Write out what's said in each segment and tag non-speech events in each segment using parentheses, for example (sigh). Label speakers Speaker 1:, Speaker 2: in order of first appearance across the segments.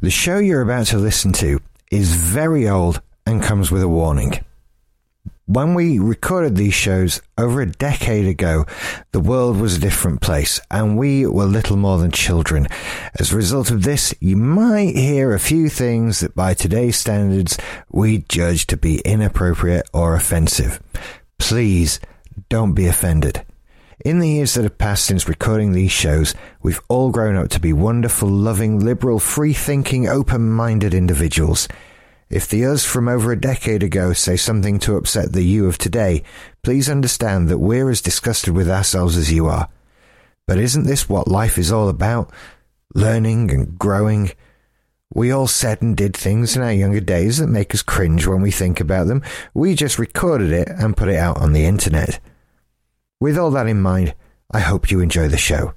Speaker 1: The show you're about to listen to is very old and comes with a warning. When we recorded these shows over a decade ago, the world was a different place and we were little more than children. As a result of this, you might hear a few things that by today's standards we judge to be inappropriate or offensive. Please don't be offended. In the years that have passed since recording these shows, we've all grown up to be wonderful, loving, liberal, free thinking, open minded individuals. If the us from over a decade ago say something to upset the you of today, please understand that we're as disgusted with ourselves as you are. But isn't this what life is all about? Learning and growing. We all said and did things in our younger days that make us cringe when we think about them. We just recorded it and put it out on the internet. With all that in mind, I hope you enjoy the show.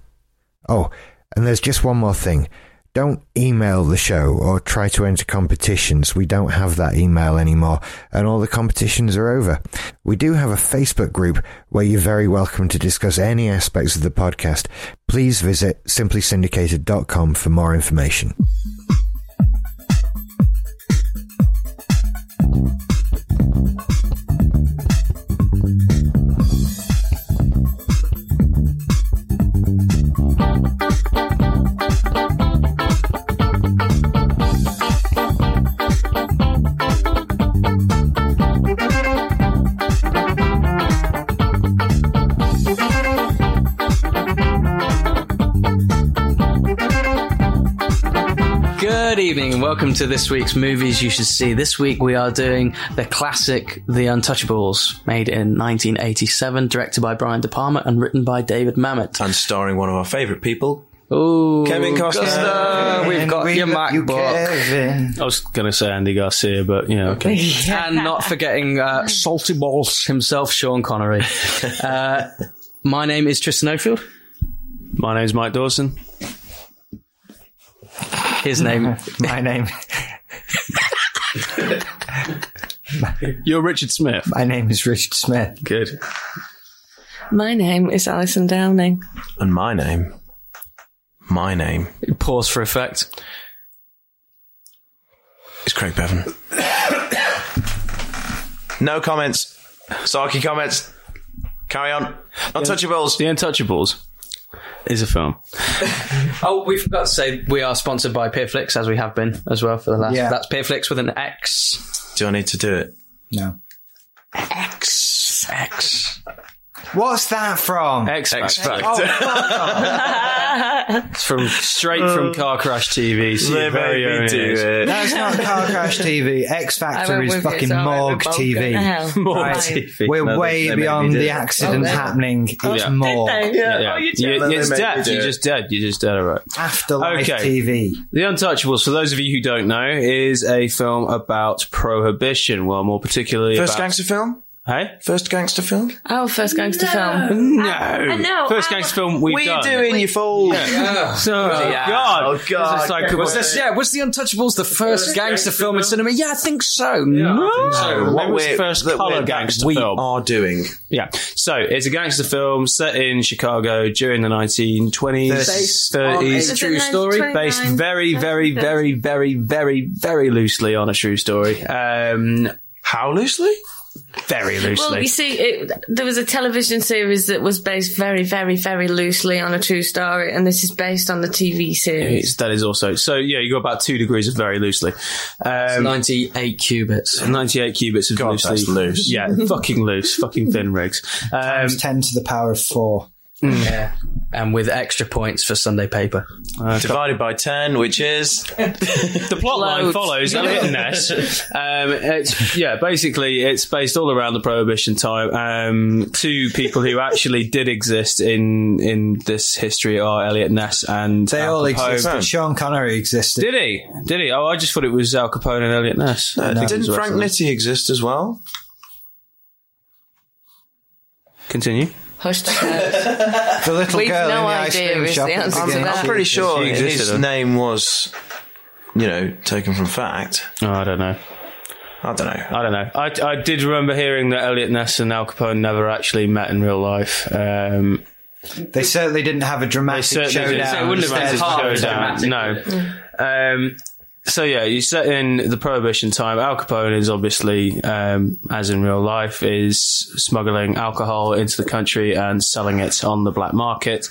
Speaker 1: Oh, and there's just one more thing. Don't email the show or try to enter competitions. We don't have that email anymore, and all the competitions are over. We do have a Facebook group where you're very welcome to discuss any aspects of the podcast. Please visit simplysyndicated.com for more information.
Speaker 2: Good evening and welcome to this week's Movies You Should See. This week we are doing the classic The Untouchables, made in 1987, directed by Brian De Palma and written by David Mamet.
Speaker 3: and starring one of our favourite people.
Speaker 2: Ooh,
Speaker 3: Kevin Costner.
Speaker 2: Costner, We've got your MacBook.
Speaker 4: I was going to say Andy Garcia, but you know, okay.
Speaker 2: (laughs) and not forgetting uh, Salty Balls himself, Sean
Speaker 3: (laughs)
Speaker 2: Connery. Uh, my name is Tristan Oakfield.
Speaker 4: my name's Mike Dawson.
Speaker 2: His
Speaker 3: (laughs)
Speaker 2: name.
Speaker 1: My name,
Speaker 4: You're Richard Smith.
Speaker 1: my name is Richard Smith.
Speaker 4: Good.
Speaker 5: My name is Alison Downing.
Speaker 3: And my name. My name
Speaker 2: Pause for effect.
Speaker 3: is Craig Bevan. no comments. Sarky comments. Carry on. Untouchables.
Speaker 4: The Untouchables is a film.
Speaker 2: Oh, we forgot to say we are sponsored by Peerflix, as we have been as well for the last.
Speaker 1: Yeah.
Speaker 2: That's Peerflix with an X.
Speaker 3: Do I need to do it?
Speaker 1: No.
Speaker 2: X. X.
Speaker 1: What's that from?
Speaker 4: X Factor.
Speaker 1: Oh, fuck off.
Speaker 4: It's from straight from Car Crash TV. So
Speaker 3: They
Speaker 4: your very
Speaker 3: made
Speaker 4: own
Speaker 3: me do
Speaker 4: ears.
Speaker 3: it.
Speaker 1: That's not Car Crash TV. X
Speaker 5: (laughs)
Speaker 1: Factor is fucking morgue TV.
Speaker 6: (laughs)
Speaker 4: More
Speaker 1: Right.
Speaker 4: TV.
Speaker 1: We're
Speaker 4: No, they-
Speaker 1: way
Speaker 4: they made
Speaker 1: beyond
Speaker 4: me do
Speaker 1: the
Speaker 4: it.
Speaker 1: accident
Speaker 5: Oh, no.
Speaker 1: happening. It's
Speaker 4: yeah.
Speaker 5: (laughs)
Speaker 1: morgue.
Speaker 5: Yeah.
Speaker 4: Yeah,
Speaker 5: Oh, you
Speaker 4: You-
Speaker 3: they
Speaker 4: it's
Speaker 3: made me
Speaker 4: dead.
Speaker 3: do
Speaker 4: You're
Speaker 3: it.
Speaker 4: just dead. You're just dead. All right.
Speaker 1: Afterlife
Speaker 4: Okay.
Speaker 1: TV.
Speaker 4: The Untouchables, for those of you who don't know, is a film about prohibition. Well, more particularly
Speaker 3: First
Speaker 4: about.
Speaker 3: gangster film?
Speaker 4: hey?
Speaker 3: First gangster film?
Speaker 5: Oh, first gangster film.
Speaker 4: No.
Speaker 5: know,
Speaker 4: First
Speaker 5: I-
Speaker 4: gangster film we've
Speaker 3: What are
Speaker 4: done.
Speaker 3: you doing, you fool?
Speaker 4: So, God.
Speaker 3: Oh, God.
Speaker 4: This is like-
Speaker 2: Was this, yeah, was The Untouchables the first gangster film in cinema? Yeah, I think so. no.
Speaker 7: Mm.
Speaker 4: So, what
Speaker 3: What
Speaker 4: was
Speaker 3: we're-
Speaker 4: first
Speaker 3: that
Speaker 4: colour
Speaker 3: we're-
Speaker 4: gangster
Speaker 3: we
Speaker 4: film?
Speaker 3: are doing.
Speaker 4: yeah. So, it's a gangster film set in Chicago during the 1920s,
Speaker 2: Based on a
Speaker 4: 30s.
Speaker 2: true story.
Speaker 4: Based very, very, very, very, very, very loosely on a true story. Um,
Speaker 3: How loosely?
Speaker 4: very
Speaker 5: Well, you
Speaker 4: loosely.
Speaker 5: see, it, there was a television series that was based very, very, very loosely on a true story, and this is based on the TV series.
Speaker 4: It's- that is also. So, yeah, you got about two degrees of very loosely. Um,
Speaker 2: 98 cubits.
Speaker 4: 98 cubits of
Speaker 3: God,
Speaker 4: loosely.
Speaker 3: that's loose.
Speaker 4: Yeah, fucking loose, fucking thin
Speaker 3: (laughs)
Speaker 4: rigs. Um,
Speaker 1: It's 10 to the power of 4.
Speaker 2: Yeah. And with extra points for Sunday paper.
Speaker 3: Divided by 10, which is.
Speaker 4: the plot line
Speaker 5: Loads.
Speaker 4: follows a little ness. Um, it's, yeah, basically, it's based all around the Prohibition time. Um, two people who actually did exist in in this history are Elliot Ness and
Speaker 1: They
Speaker 4: Al
Speaker 1: all
Speaker 4: Capone.
Speaker 1: existed. Sean Connery existed.
Speaker 4: Did he? Did he? Oh, I just thought it was Al Capone and Elliot Ness. I think it was
Speaker 3: uh, Didn't
Speaker 4: the
Speaker 3: Frank
Speaker 4: rest of
Speaker 3: Nitti exist as well?
Speaker 4: them. continue?
Speaker 5: Hushed (laughs) Hush.
Speaker 1: The little
Speaker 5: We've
Speaker 1: girl
Speaker 5: no
Speaker 1: in the ice
Speaker 5: idea
Speaker 1: cream
Speaker 5: is
Speaker 1: shop.
Speaker 5: the answer
Speaker 1: is
Speaker 5: to
Speaker 1: again.
Speaker 5: that.
Speaker 3: I'm pretty sure
Speaker 4: She existed,
Speaker 3: his
Speaker 4: huh?
Speaker 3: name was, you know, taken from fact.
Speaker 4: Oh, I don't know.
Speaker 3: I don't know.
Speaker 4: I don't know. I, I did remember hearing that Elliot Ness and Al Capone never actually met in real life. Um,
Speaker 1: They certainly didn't have a dramatic
Speaker 4: certainly
Speaker 1: showdown.
Speaker 4: didn't. So it wouldn't have been
Speaker 1: Instead,
Speaker 4: hard. showdown, no. Um, So yeah, you set in the prohibition time. Al Capone is obviously, um, as in real life, is smuggling alcohol into the country and selling it on the black market,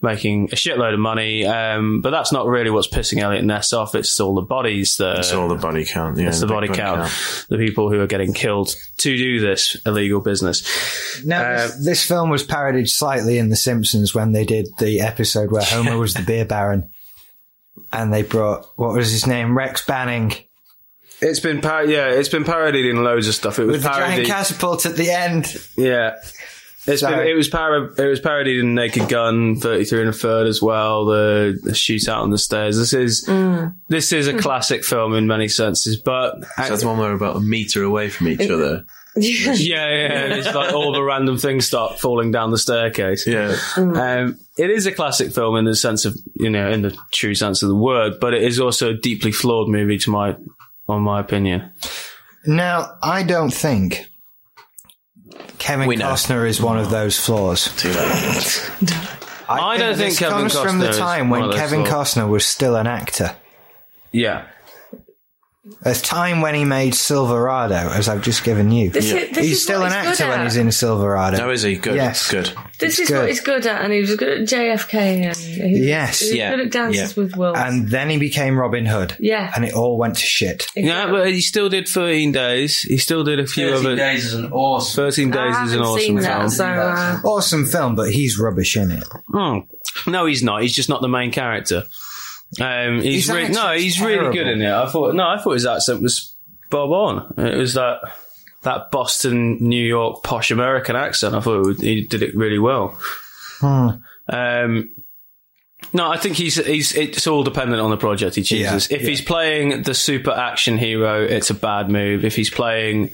Speaker 4: making a shitload of money. Um, but that's not really what's pissing Elliot Ness off. It's all the bodies that
Speaker 3: It's all the body count. Yeah,
Speaker 4: it's the
Speaker 3: big
Speaker 4: body count, the people who are getting killed to do this illegal business.
Speaker 6: Now, this, this film was parodied slightly in The Simpsons when they did the episode where Homer was the beer baron, and they brought what was his name, Rex Banning,
Speaker 4: It's been par- yeah, it's been parodied in loads of stuff. It was
Speaker 6: with the giant
Speaker 4: parodied,
Speaker 6: catapult at the end.
Speaker 4: yeah. It's been,
Speaker 6: Sorry.
Speaker 4: it was par- it was parodied in Naked Gun, thirty three and a third as well. The, the shootout on the stairs. This is
Speaker 6: Mm.
Speaker 4: this is a classic film in many senses, but
Speaker 3: So that's one where we're about a meter away from each other.
Speaker 4: yeah, yeah, yeah. it's like all the random things start falling down the staircase.
Speaker 3: Yeah,
Speaker 4: Um, it is a classic film in the sense of you know in the true sense of the word, but it is also a deeply flawed movie to my on my opinion.
Speaker 6: Now, I don't think Kevin
Speaker 3: We know.
Speaker 6: Costner is one of those flaws.
Speaker 3: too late.
Speaker 4: I don't think
Speaker 6: this
Speaker 4: Kevin
Speaker 6: comes from the
Speaker 4: Costner is
Speaker 6: time
Speaker 4: one
Speaker 6: when
Speaker 4: of those
Speaker 6: Kevin
Speaker 4: flaws.
Speaker 6: Costner was still an actor.
Speaker 4: Yeah,
Speaker 6: A time when he made Silverado, as I've just given you.
Speaker 5: This is- this
Speaker 6: he's
Speaker 5: is
Speaker 6: still
Speaker 5: what
Speaker 6: an
Speaker 5: he's
Speaker 6: actor
Speaker 5: good
Speaker 6: when
Speaker 5: at.
Speaker 6: he's in Silverado.
Speaker 3: How is he? Good.
Speaker 6: Yes.
Speaker 3: Good.
Speaker 5: This is
Speaker 6: good.
Speaker 5: what he's good at, and he was good at JFK. And he,
Speaker 6: Yes.
Speaker 5: he was
Speaker 3: Yeah.
Speaker 5: good at dances
Speaker 3: Yeah.
Speaker 5: with wolves.
Speaker 6: and then he became Robin Hood.
Speaker 5: Yeah.
Speaker 6: And it all went to shit.
Speaker 4: yeah, but he still did thirteen days. He still did a few other
Speaker 7: Days is an awesome.
Speaker 4: thirteen
Speaker 5: I
Speaker 4: days is an
Speaker 5: haven't
Speaker 4: awesome
Speaker 5: Ah, seen
Speaker 4: film.
Speaker 5: that, so uh,
Speaker 6: Awesome film, but he's rubbish in it.
Speaker 4: Hmm. No, he's not. He's just not the main character. Um, he's
Speaker 6: His
Speaker 4: re-
Speaker 6: accent's
Speaker 4: no, he's really good in it. I thought no, I thought his accent was bob on. It was that that Boston, New York, posh American accent. I thought it was- he did it really well.
Speaker 6: Hmm.
Speaker 4: Um, no, I think he's he's it's all dependent on the project he chooses.
Speaker 6: Yeah,
Speaker 4: if he's playing the super action hero, it's a bad move. If he's playing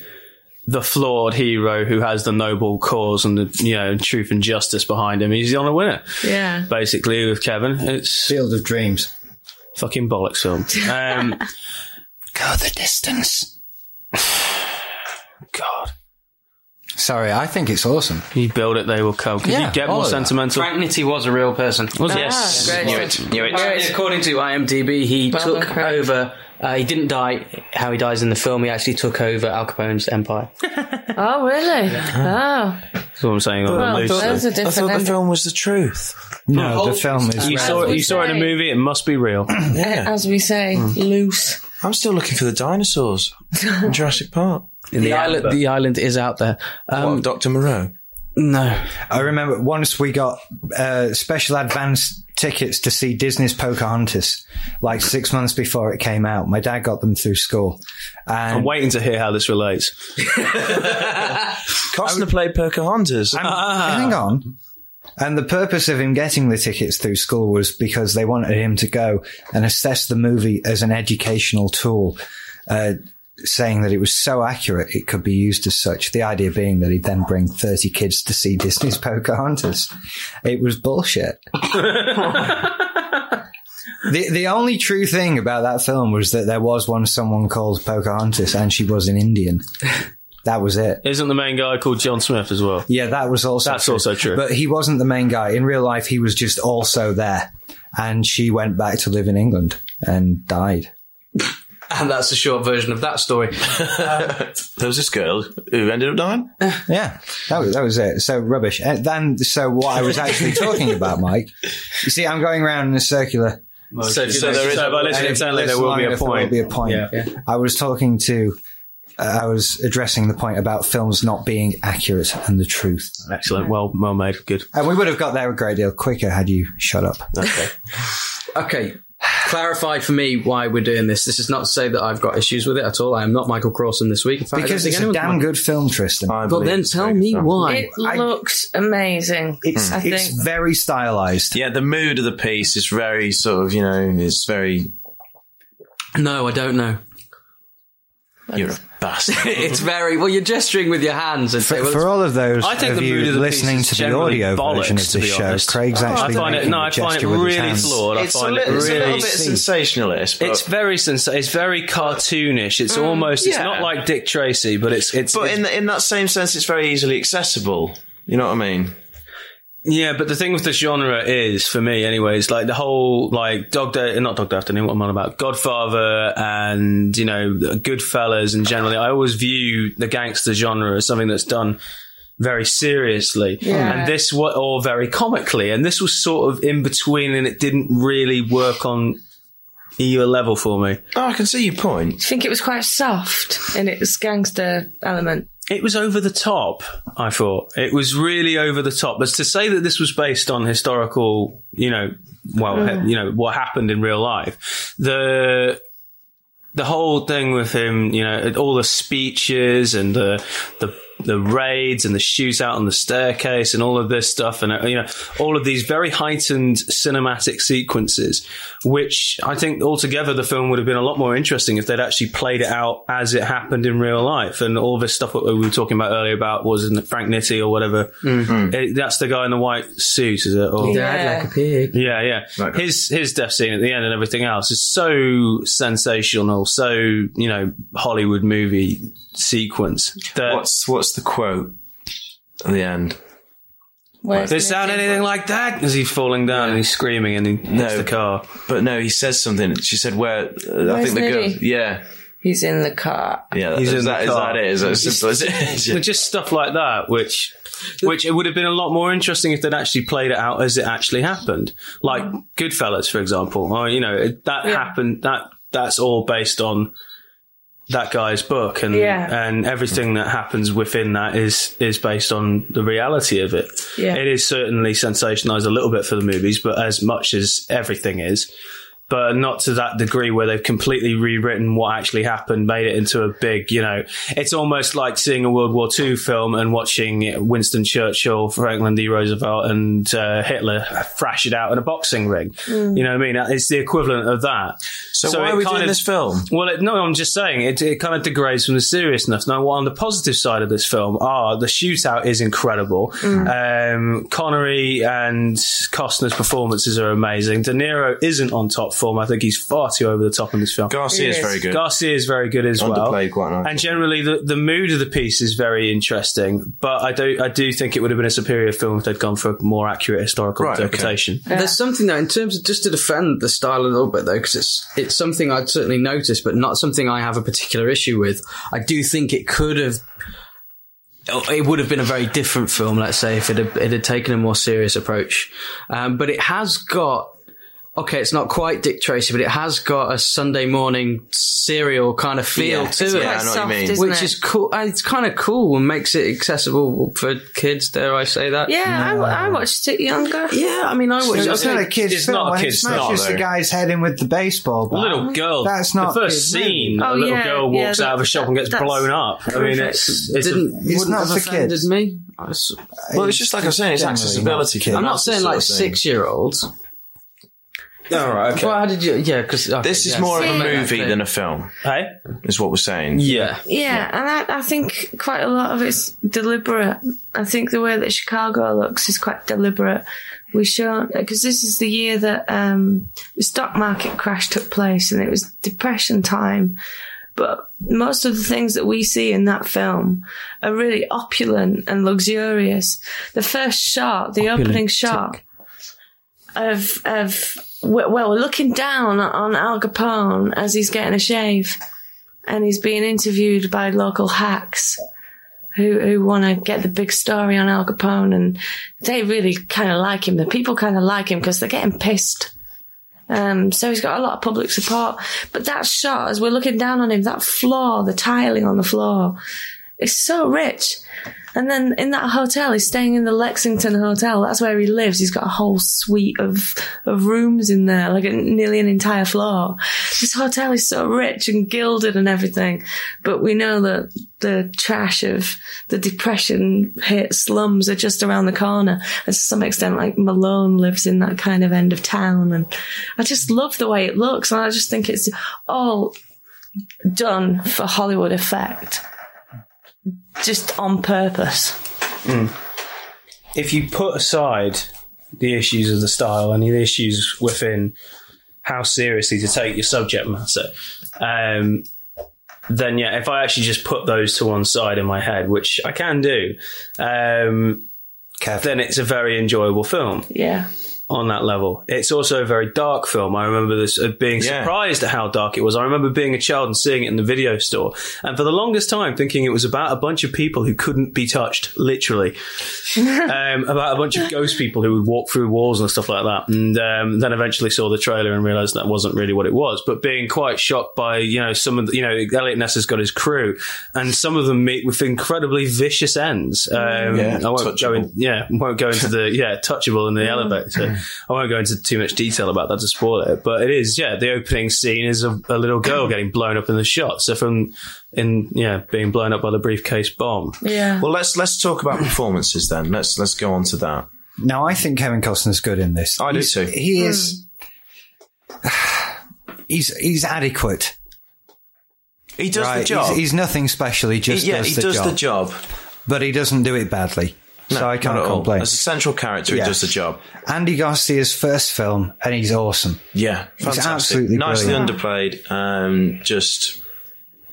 Speaker 4: the flawed hero who has the noble cause and the you know truth and justice behind him, he's on a winner
Speaker 5: yeah.
Speaker 4: basically with Kevin. It's
Speaker 6: Field of Dreams.
Speaker 4: fucking bollocks film. Um,
Speaker 6: Go the distance. (sighs)
Speaker 4: God,
Speaker 6: Sorry, I think it's awesome.
Speaker 4: you build it, they will come. Could
Speaker 6: Yeah,
Speaker 4: you get
Speaker 6: all
Speaker 4: more
Speaker 6: of that.
Speaker 4: sentimental?
Speaker 7: Frank Nitti was a real person.
Speaker 4: Was it?
Speaker 5: Yes. Ah, great.
Speaker 7: Knew it. Knew it.
Speaker 5: Yes.
Speaker 7: According to IMDb, he
Speaker 5: Well done,
Speaker 7: took
Speaker 5: Craig.
Speaker 7: over. Uh, he didn't die how he dies in the film. He actually took over Al Capone's empire.
Speaker 5: Oh, really? Oh,
Speaker 4: That's what I'm saying.
Speaker 5: well,
Speaker 4: Loosely.
Speaker 5: those are
Speaker 3: I
Speaker 5: different.
Speaker 3: thought the
Speaker 5: end-
Speaker 3: film was the truth.
Speaker 6: No, the film is.
Speaker 4: you saw it. You saw it in a movie. It must be real.
Speaker 3: Yeah,
Speaker 5: As we say, loose.
Speaker 3: I'm still looking for the dinosaurs (laughs) in Jurassic Park.
Speaker 7: The,
Speaker 4: amber.
Speaker 7: island, the island is out there. Um,
Speaker 3: What, Dr. Moreau.
Speaker 7: no,
Speaker 6: I remember once we got uh, special advance tickets to see Disney's Pocahontas, like six months before it came out. My dad got them through school, and
Speaker 4: I'm waiting to hear how this relates.
Speaker 3: Costner played Pocahontas.
Speaker 6: hang on. And the purpose of him getting the tickets through school was because they wanted him to go and assess the movie as an educational tool, uh, saying that it was so accurate it could be used as such. The idea being that he'd then bring 30 kids to see Disney's (laughs) Pocahontas. It was bullshit. The, the only true thing about that film was that there was one someone called Pocahontas and she was an Indian. That was it.
Speaker 4: Isn't the main guy called John Smith as well?
Speaker 6: Yeah, that was also
Speaker 4: That's also true.
Speaker 6: But (laughs) he wasn't the main guy in real life. He was just also there, and she went back to live in England and died.
Speaker 7: and that's a short version of that
Speaker 4: (laughs)
Speaker 7: story.
Speaker 3: There was this girl who ended up dying.
Speaker 6: Yeah, that was that was it. So rubbish. And then so what I was actually talking about, Mike. You see, I'm going around in a circular.
Speaker 4: So,
Speaker 3: so there is-
Speaker 4: so by
Speaker 6: and
Speaker 4: listening
Speaker 6: if
Speaker 4: intently,
Speaker 6: you
Speaker 4: there
Speaker 6: listen
Speaker 4: will
Speaker 6: long
Speaker 4: be a
Speaker 6: enough, there will
Speaker 4: point.
Speaker 6: be a point.
Speaker 4: Yeah.
Speaker 6: I was talking to. uh, I was addressing the point about films not being accurate and the truth.
Speaker 4: Excellent. Well, well made. Good.
Speaker 6: And we would have got there a great deal quicker had you shut up.
Speaker 4: Okay.
Speaker 7: Okay. Clarify for me why we're doing this. This is not to say that I've got issues with it at all. I am not Michael Crossan this week. In fact, I don't
Speaker 6: Because
Speaker 7: think
Speaker 6: it's a
Speaker 7: anyone's Uh,
Speaker 6: damn
Speaker 7: Michael-
Speaker 6: good film, Tristan.
Speaker 7: Well, then tell me why.
Speaker 5: It looks amazing.
Speaker 6: It's,
Speaker 5: I
Speaker 6: it's
Speaker 5: think.
Speaker 6: very stylized.
Speaker 3: Yeah, the mood of the piece is very sort of, you know, it's very.
Speaker 7: no, I don't know.
Speaker 3: You're a (laughs) bastard.
Speaker 7: It's very well. You're gesturing with your hands and say,
Speaker 6: For,
Speaker 7: well,
Speaker 6: for all of those
Speaker 4: I think
Speaker 6: of
Speaker 4: the
Speaker 6: you
Speaker 4: mood of the piece
Speaker 6: listening
Speaker 4: is
Speaker 6: to the
Speaker 4: generally
Speaker 6: audio
Speaker 4: bollocks,
Speaker 6: version of
Speaker 4: to
Speaker 6: this
Speaker 4: be
Speaker 6: show,
Speaker 4: honest.
Speaker 6: Craig's
Speaker 4: Oh, I
Speaker 6: actually
Speaker 4: find it.
Speaker 6: making
Speaker 4: No,
Speaker 6: a
Speaker 4: I find it
Speaker 6: gesture with his
Speaker 4: really
Speaker 6: hands.
Speaker 4: flawed. I
Speaker 3: it's, a
Speaker 4: find
Speaker 3: li-
Speaker 4: it
Speaker 3: it's a
Speaker 4: really
Speaker 3: little bit sensationalist, but,
Speaker 4: It's very sens- It's very cartoonish. It's almost. It's
Speaker 3: yeah.
Speaker 4: not like Dick Tracy, but it's. It's.
Speaker 3: but
Speaker 4: it's-
Speaker 3: in, in that same sense, it's very easily accessible. You know what I mean?
Speaker 4: Yeah, but the thing with this genre is, for me anyways, like the whole, like, Dog Day, not Dog Day Afternoon, what am I on about? Godfather and, you know, Goodfellas and generally, I always view the gangster genre as something that's done very seriously. And this was, or very comically. And this was sort of in between and it didn't really work on either level for me.
Speaker 3: Oh, I can see your point.
Speaker 5: I think it was quite soft in its gangster element.
Speaker 4: it was over the top. I thought it was really over the top. But to say that this was based on historical, you know, well, he- you know what happened in real life, the the whole thing with him, you know, all the speeches and the the the raids and the shootout on the staircase and all of this stuff and uh, you know all of these very heightened cinematic sequences which i think altogether the film would have been a lot more interesting if they'd actually played it out as it happened in real life and all this stuff that we were talking about earlier about was in frank nitti or whatever It- that's the guy in the white suit is it or
Speaker 5: Yeah.
Speaker 2: like a pig.
Speaker 4: yeah, yeah.
Speaker 3: Like-
Speaker 4: his his death scene at the end and everything else is so sensational, so you know Hollywood movie sequence. That
Speaker 3: What's what's the quote at the end?
Speaker 5: Where's
Speaker 4: does it sound anything like that? As he's falling down and he's screaming and he hits
Speaker 3: No.
Speaker 4: the car.
Speaker 3: But no, he says something. She said, "Where?" Uh, I
Speaker 5: Where's
Speaker 3: think the girl.
Speaker 5: Liddy?
Speaker 3: Yeah,
Speaker 5: He's in the car.
Speaker 3: yeah. That,
Speaker 4: He's
Speaker 3: is,
Speaker 4: in the
Speaker 3: that, is
Speaker 4: car.
Speaker 3: that it? Is that as simple as it?
Speaker 4: But just stuff like that, which which it would have been a lot more interesting if they'd actually played it out as it actually happened. Like
Speaker 5: Mm-hmm.
Speaker 4: Goodfellas, for example, or you know it- that happened. That that's all based on that guy's book, and
Speaker 5: Yeah.
Speaker 4: and everything that happens within that is is based on the reality of it.
Speaker 5: Yeah.
Speaker 4: It is certainly sensationalized a little bit for the movies, but as much as everything is. But not to that degree where they've completely rewritten what actually happened, made it into a big, you know, it's almost like seeing a World War II film and watching Winston Churchill, Franklin D. Roosevelt, and uh, Hitler thrash it out in a boxing ring. You know what I mean? It's the equivalent of that.
Speaker 3: (laughs) (laughs) So, why
Speaker 4: it
Speaker 3: are we
Speaker 4: kind
Speaker 3: doing
Speaker 4: of-
Speaker 3: this film?
Speaker 4: well, it, no, I'm just saying it, it kind of degrades from the seriousness. Now, on the positive side of this film, are the shootout is incredible. Um, Connery and Costner's performances are amazing. De Niro isn't on top form. I think he's far too over the top in this film.
Speaker 3: Garcia is
Speaker 5: Yes.
Speaker 3: very good.
Speaker 4: Garcia is very good as well.
Speaker 3: Underplayed quite nicely.
Speaker 4: And generally, the, the mood of the piece is very interesting. But I do I do think it would have been a superior film if they'd gone for a more accurate historical
Speaker 3: Right, okay.
Speaker 4: interpretation.
Speaker 7: There's something though in terms of just to defend the style a little bit though, because it's it's something I'd certainly noticed, but not something I have a particular issue with. I do think it could have. It would have been a very different film, let's say, if it had, it had taken a more serious approach. Um, but it has got, okay, it's not quite Dick Tracy, but it has got a Sunday morning serial kind of feel
Speaker 3: Yeah,
Speaker 7: to
Speaker 3: it's
Speaker 7: it.
Speaker 3: quite I know what you mean.
Speaker 5: isn't
Speaker 7: which
Speaker 5: it?
Speaker 7: is cool. uh, It's kind of cool and makes it accessible for kids. Dare I say that?
Speaker 5: Yeah, I, I watched it younger.
Speaker 7: yeah. I mean, I watched.
Speaker 4: It's
Speaker 7: I
Speaker 1: It's not
Speaker 7: think-
Speaker 1: a kid's
Speaker 4: it's
Speaker 1: film.
Speaker 4: not a
Speaker 1: when
Speaker 4: kid's
Speaker 1: he smashes the
Speaker 3: film, though.
Speaker 1: guy's head in with the baseball
Speaker 4: A
Speaker 1: bat.
Speaker 4: little girl.
Speaker 1: That's not
Speaker 4: the first
Speaker 1: kid movie.
Speaker 4: scene. a
Speaker 5: Oh,
Speaker 4: little
Speaker 5: yeah,
Speaker 4: girl
Speaker 5: yeah,
Speaker 4: walks
Speaker 5: that-
Speaker 4: out of a shop and gets
Speaker 5: that's
Speaker 4: blown up. I mean, it's, it's a-
Speaker 7: didn't
Speaker 1: It's
Speaker 7: wouldn't
Speaker 1: not
Speaker 7: have
Speaker 1: for
Speaker 7: offended
Speaker 1: kids.
Speaker 7: me. I was,
Speaker 3: Well, it's just like I'm saying, it's
Speaker 1: Generally
Speaker 3: accessibility.
Speaker 1: not
Speaker 3: Kim,
Speaker 1: kid.
Speaker 7: I'm not
Speaker 3: that's the
Speaker 7: saying
Speaker 3: sort
Speaker 7: like
Speaker 3: of thing.
Speaker 7: six year olds.
Speaker 4: all right. Okay.
Speaker 7: Well, how did you? Yeah, because
Speaker 3: This is more of a
Speaker 5: Yeah.
Speaker 3: movie than a film,
Speaker 4: hey.
Speaker 3: is what we're saying.
Speaker 7: yeah.
Speaker 5: Yeah, and I, I think quite a lot of it's deliberate. I think the way that Chicago looks is quite deliberate. We show because this is the year that um, the stock market crash took place, and it was depression time. But most of the things that we see in that film are really opulent and luxurious. The first shot, the opening shot of of well, we're looking down on Al Capone as he's getting a shave and he's being interviewed by local hacks who who want to get the big story on Al Capone, and they really kind of like him. The people kind of like him because they're getting pissed. Um, so he's got a lot of public support. But that shot, as we're looking down on him, that floor, the tiling on the floor, is so rich. And then in that hotel, he's staying in the Lexington Hotel. That's where he lives. He's got a whole suite of, of rooms in there, like a, nearly an entire floor. This hotel is so rich and gilded and everything. But we know that the trash of the depression hit slums are just around the corner. And to some extent, like Malone lives in that kind of end of town. And I just love the way it looks. And I just think it's all done for Hollywood effect. Just on purpose.
Speaker 4: if you put aside the issues of the style and the issues within how seriously to take your subject matter, um, then yeah, if I actually just put those to one side in my head, which I can do, um,
Speaker 6: Kev.
Speaker 4: then it's a very enjoyable film
Speaker 5: Yeah.
Speaker 4: on that level. It's also a very dark film. I remember this uh, being
Speaker 3: Yeah.
Speaker 4: surprised at how dark it was. I remember being a child and seeing it in the video store, and for the longest time thinking it was about a bunch of people who couldn't be touched, literally, um, about a bunch of ghost people who would walk through walls and stuff like that. And um, then eventually saw the trailer and realized that wasn't really what it was. But being quite shocked by you know some of the, you know Elliot Ness has got his crew, and some of them meet with incredibly vicious ends. Um,
Speaker 3: Mm, Yeah,
Speaker 4: I won't go in-
Speaker 3: touchable. Mm.
Speaker 4: yeah, won't go into
Speaker 3: (laughs)
Speaker 4: the yeah touchable in the elevator. So I won't go into too much detail about that to spoil it. But it is yeah, the opening scene is a, a little girl getting blown up in the shot. So from in yeah being blown up by the briefcase bomb.
Speaker 5: Yeah.
Speaker 3: Well, let's let's talk about performances then. Let's let's go on to that.
Speaker 6: Now, I think Kevin Costner's good in this.
Speaker 3: I do
Speaker 6: He's-
Speaker 3: too.
Speaker 6: He is.
Speaker 4: Hmm.
Speaker 6: (sighs) He's he's adequate.
Speaker 3: He does
Speaker 6: right?
Speaker 3: the job.
Speaker 6: He's, he's nothing special. He just
Speaker 3: He- yeah,
Speaker 6: does,
Speaker 3: he
Speaker 6: the,
Speaker 3: does
Speaker 6: job.
Speaker 3: the job.
Speaker 6: but he doesn't do it badly. so I
Speaker 3: Not
Speaker 6: can't
Speaker 3: at all.
Speaker 6: complain.
Speaker 3: As a central character,
Speaker 6: Yeah.
Speaker 3: he does the job.
Speaker 6: Andy Garcia's first film, and he's awesome.
Speaker 3: Yeah, fantastic.
Speaker 6: absolutely
Speaker 3: nicely
Speaker 6: brilliant.
Speaker 3: underplayed. Um, just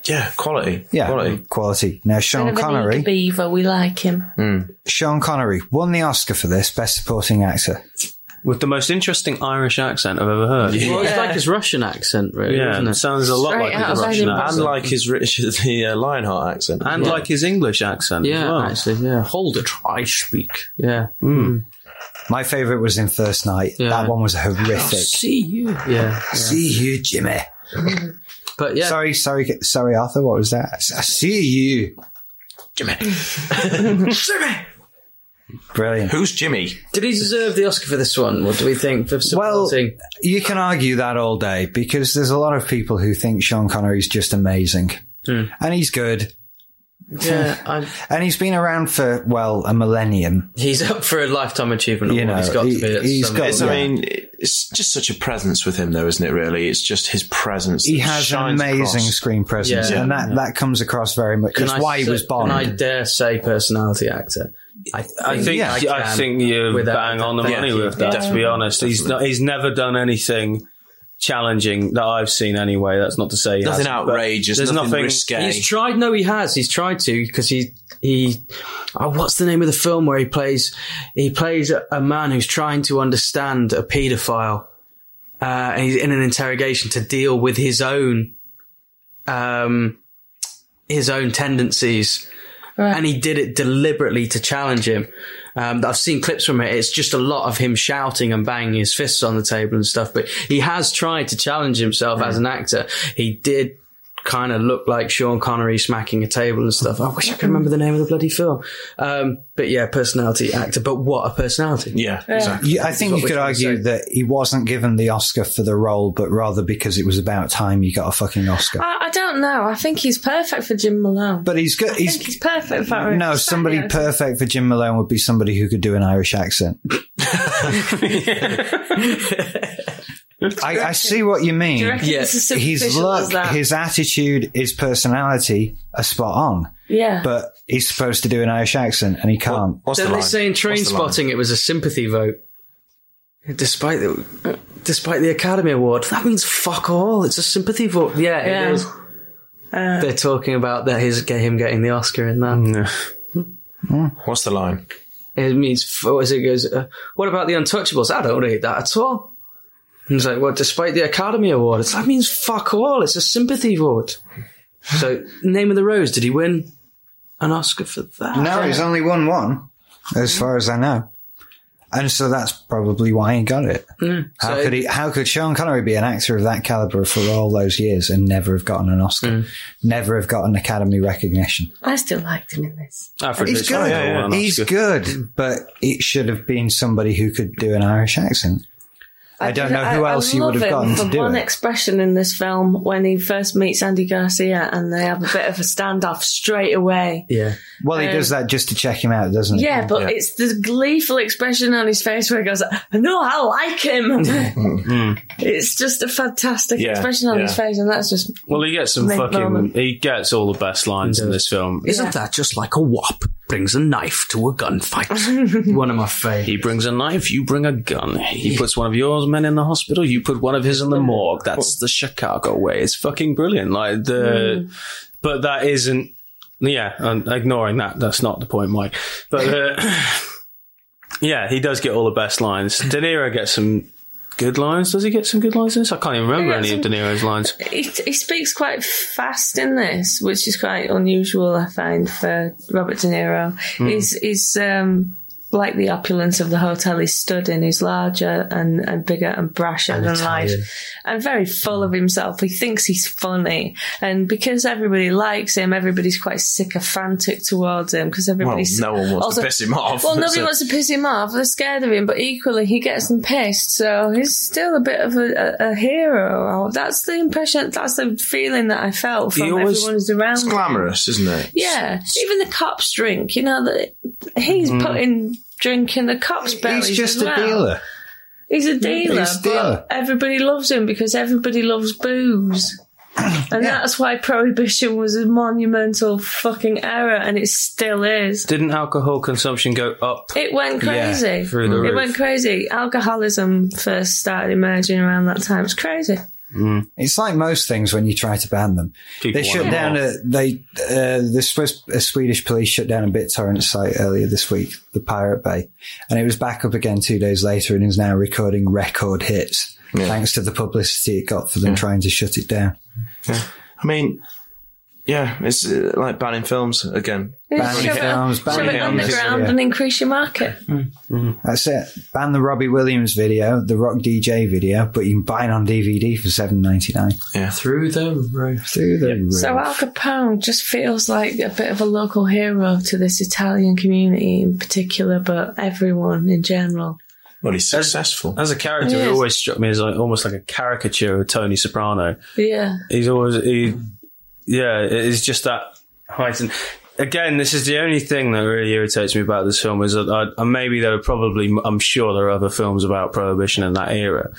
Speaker 3: yeah, quality.
Speaker 6: Yeah,
Speaker 3: quality.
Speaker 6: quality. Now
Speaker 5: Bit
Speaker 6: Sean
Speaker 5: of an
Speaker 6: Connery.
Speaker 5: eager beaver, we like him.
Speaker 6: Hmm. Sean Connery won the Oscar for this Best Supporting Actor.
Speaker 4: with the most interesting Irish accent I've ever heard. Yeah,
Speaker 8: Well, it's like his Russian accent, really, isn't
Speaker 4: it
Speaker 8: it?
Speaker 4: sounds a lot
Speaker 5: Straight
Speaker 4: like
Speaker 5: out
Speaker 4: his
Speaker 5: of
Speaker 4: Russian
Speaker 5: Edinburgh.
Speaker 4: accent.
Speaker 3: And like his Richard (laughs) the uh, Lionheart accent.
Speaker 4: And like his English accent as
Speaker 8: Yeah,
Speaker 4: well.
Speaker 8: actually, yeah. Hold it, I speak. Yeah.
Speaker 6: My favourite was in First Night.
Speaker 8: Yeah.
Speaker 6: That one was horrific.
Speaker 8: See you. Yeah.
Speaker 6: See you, Jimmy.
Speaker 8: But yeah,
Speaker 6: Sorry, sorry, sorry, Arthur. What was that? I see you, (laughs)
Speaker 3: Jimmy.
Speaker 6: Brilliant.
Speaker 3: Who's Jimmy?
Speaker 7: Did he deserve the Oscar for this one? What do we think for
Speaker 6: Well,
Speaker 7: supporting?
Speaker 6: you can argue that all day because there's a lot of people who think Sean Connery's just amazing.
Speaker 7: Hmm.
Speaker 6: And he's good.
Speaker 7: yeah, I'm,
Speaker 6: And he's been around for, well, a millennium.
Speaker 7: he's up for a lifetime achievement
Speaker 6: You
Speaker 7: award.
Speaker 6: know,
Speaker 7: he's got
Speaker 6: he-
Speaker 7: to be. At
Speaker 6: he's
Speaker 7: some
Speaker 6: got-
Speaker 3: It's,
Speaker 6: Yeah.
Speaker 3: I mean, it's just such a presence with him, though, isn't it? Really, it's just his presence.
Speaker 6: He
Speaker 3: that
Speaker 6: has an
Speaker 3: shines
Speaker 6: amazing
Speaker 3: across.
Speaker 6: screen presence.
Speaker 7: Yeah.
Speaker 6: And that, that comes across very much.
Speaker 7: Can
Speaker 6: It's
Speaker 7: I
Speaker 6: why he
Speaker 7: say-
Speaker 6: was Bond.
Speaker 7: Can I dare say personality actor? I,
Speaker 4: I think
Speaker 6: Yeah,
Speaker 4: I,
Speaker 7: can.
Speaker 4: think you
Speaker 7: Without-
Speaker 4: bang on the
Speaker 7: thank
Speaker 4: money
Speaker 7: you.
Speaker 4: with that. To be honest, he's not, he's never done anything challenging that I've seen anyway. That's not to say he
Speaker 3: Nothing
Speaker 4: hasn't, but
Speaker 3: outrageous.
Speaker 4: There's
Speaker 3: nothing,
Speaker 4: nothing.
Speaker 3: risque.
Speaker 7: He's tried. No, he has. He's tried to because he he. Oh, what's the name of the film where he plays? He plays a, a man who's trying to understand a paedophile, uh, and he's in an interrogation to deal with his own, um, his own tendencies,
Speaker 5: Right.
Speaker 7: and he did it deliberately to challenge him. Um, I've seen clips from it. It's just a lot of him shouting and banging his fists on the table and stuff. But he has tried to challenge himself as an actor. He did kind of look like Sean Connery smacking a table and stuff. I wish I could remember the name of the bloody film. Um, but yeah, personality actor. But what a personality!
Speaker 3: yeah, exactly.
Speaker 6: You- I think
Speaker 7: what
Speaker 6: you
Speaker 7: we're
Speaker 6: could
Speaker 7: trying to
Speaker 6: argue
Speaker 7: say.
Speaker 6: that he wasn't given the Oscar for the role, but rather because it was about time he got a fucking Oscar.
Speaker 5: I, I don't know. I think he's perfect for Jim Malone.
Speaker 6: but he's good.
Speaker 5: I think he's perfect for it.
Speaker 6: No, somebody
Speaker 5: Yeah.
Speaker 6: perfect for Jim Malone would be somebody who could do an Irish accent. I, I see what you mean.
Speaker 5: Do you reckon
Speaker 7: Yeah.
Speaker 5: it's as
Speaker 6: His
Speaker 5: superficial as
Speaker 6: look,
Speaker 5: that?
Speaker 6: his attitude, his personality are spot on,
Speaker 5: yeah.
Speaker 6: but he's supposed to do an Irish accent and he can't.
Speaker 3: What's
Speaker 7: Don't
Speaker 3: the
Speaker 7: they
Speaker 3: line?
Speaker 7: say in
Speaker 3: What's the
Speaker 7: Train
Speaker 3: line?
Speaker 7: Spotting it was a sympathy vote? Despite the despite the Academy Award, that means fuck all. It's a sympathy vote. Yeah, it
Speaker 5: Yeah.
Speaker 7: is. They're talking about that his get him getting the Oscar in that.
Speaker 3: What's the line?
Speaker 7: It means f- what is it goes. Uh, what about the Untouchables? I don't rate that at all. And it's like, well, despite the Academy Award, it's, that means fuck all. It's a sympathy vote. So, Name of the Rose, did he win an Oscar for that?
Speaker 6: No, he's only won one, as far as I know. And so that's probably why he got it.
Speaker 5: Hmm.
Speaker 6: How
Speaker 7: So-
Speaker 6: could he? How could Sean Connery be an actor of that caliber for all those years and never have gotten an
Speaker 5: Hmm.
Speaker 6: Oscar, never have gotten Academy recognition?
Speaker 5: I still liked him in this.
Speaker 4: Alfred
Speaker 6: He's
Speaker 4: Hitchcock
Speaker 6: good.
Speaker 4: won an Oscar.
Speaker 6: He's good,
Speaker 5: Hmm.
Speaker 6: but it should have been somebody who could do an Irish accent. I don't know who else you
Speaker 5: love
Speaker 6: would have
Speaker 5: him
Speaker 6: gotten
Speaker 5: for
Speaker 6: to do
Speaker 5: one
Speaker 6: it.
Speaker 5: expression in this film when he first meets Andy Garcia and they have a bit of a standoff straight away.
Speaker 7: Yeah.
Speaker 6: Well, he does that just to check him out, doesn't he?
Speaker 5: um, Yeah, but it's the gleeful expression on his face where he goes, "No, I like
Speaker 6: (laughs)
Speaker 5: him."
Speaker 6: Hmm.
Speaker 5: it's just a fantastic
Speaker 3: Yeah,
Speaker 5: expression on
Speaker 3: yeah.
Speaker 5: his face, and that's just
Speaker 4: Well, he gets some
Speaker 5: Nick
Speaker 4: fucking.
Speaker 5: Bowman.
Speaker 4: He gets all the best lines in this film.
Speaker 7: Isn't that just like a wop? Brings a knife to a gunfight. (laughs) One of my favourites.
Speaker 4: He brings a knife, you bring a gun. He puts one of yours men in the hospital, you put one of his in the morgue. That's the Chicago way. It's fucking brilliant. Like
Speaker 6: Mm.
Speaker 4: the, but that isn't. Yeah, and ignoring that, that's not the point, Mike. But uh, (laughs) Yeah, he does get all the best lines. De Niro gets some good lines. Does he get some good lines in this? I can't even remember
Speaker 5: Yeah,
Speaker 4: any of De
Speaker 5: some-
Speaker 4: Niro's lines.
Speaker 5: He, he speaks quite fast in this, which is quite unusual, I find, for Robert De Niro.
Speaker 3: Hmm.
Speaker 5: He's, he's um, like the opulence of the hotel he's stood in. He's larger and, and bigger and brasher than life
Speaker 7: Italian.
Speaker 5: and very full of himself. He thinks he's funny. And because everybody likes him, everybody's quite sycophantic towards him because everybody's.
Speaker 3: no one wants to
Speaker 5: also-
Speaker 3: piss him off.
Speaker 5: Well,
Speaker 3: (laughs)
Speaker 5: nobody
Speaker 3: So-
Speaker 5: wants to piss him off. They're scared of him, but equally, he gets them pissed. So he's still a bit of a, a, a hero. That's the impression, that's the feeling that I felt from
Speaker 4: always-
Speaker 5: everyone who's around
Speaker 3: It's
Speaker 5: him.
Speaker 3: glamorous, isn't it?
Speaker 5: Yeah, even the cops drink. You know that he's putting drink in the cops' bellies.
Speaker 1: Mm. He's just
Speaker 5: as well.
Speaker 1: a dealer.
Speaker 5: He's a dealer,
Speaker 1: He's a dealer.
Speaker 5: but everybody loves him because everybody
Speaker 1: (clears throat)
Speaker 5: loves booze. And that's why prohibition was a monumental fucking error, and it still is.
Speaker 4: Didn't alcohol consumption go up?
Speaker 5: It went crazy.
Speaker 4: Yeah, through the
Speaker 3: Mm.
Speaker 5: it
Speaker 4: roof.
Speaker 5: went crazy. Alcoholism first started emerging around that time. It's crazy.
Speaker 6: It's like most things when you try to ban them.
Speaker 4: People
Speaker 6: they shut
Speaker 4: want
Speaker 6: down
Speaker 4: more.
Speaker 6: a they uh, the Swiss uh, Swedish police shut down a BitTorrent site earlier this week, the Pirate Bay, and it was back up again two days later and is now recording record hits thanks to the publicity it got for them trying to shut it down.
Speaker 3: I mean, yeah, it's uh, like banning films again.
Speaker 5: Just
Speaker 6: Banning
Speaker 5: Shove it,
Speaker 6: films,
Speaker 5: shove
Speaker 6: banning
Speaker 5: it underground
Speaker 6: films, yeah.
Speaker 5: and increase your market.
Speaker 6: That's it. Ban the Robbie Williams video, the Rock DJ video, but you can buy it on DVD for seven ninety nine.
Speaker 7: Through the roof.
Speaker 6: Through the roof.
Speaker 5: So Al Capone just feels like a bit of a local hero to this Italian community in particular, but everyone in general.
Speaker 3: Well, he's successful.
Speaker 4: As a character, it
Speaker 5: Yes.
Speaker 4: always struck me as like, almost like a caricature of Tony Soprano.
Speaker 5: Yeah.
Speaker 4: He's always he, yeah. It's just that heightened. Again, this is the only thing that really irritates me about this film is that I, and maybe there are probably I'm sure there are other films about prohibition in that era,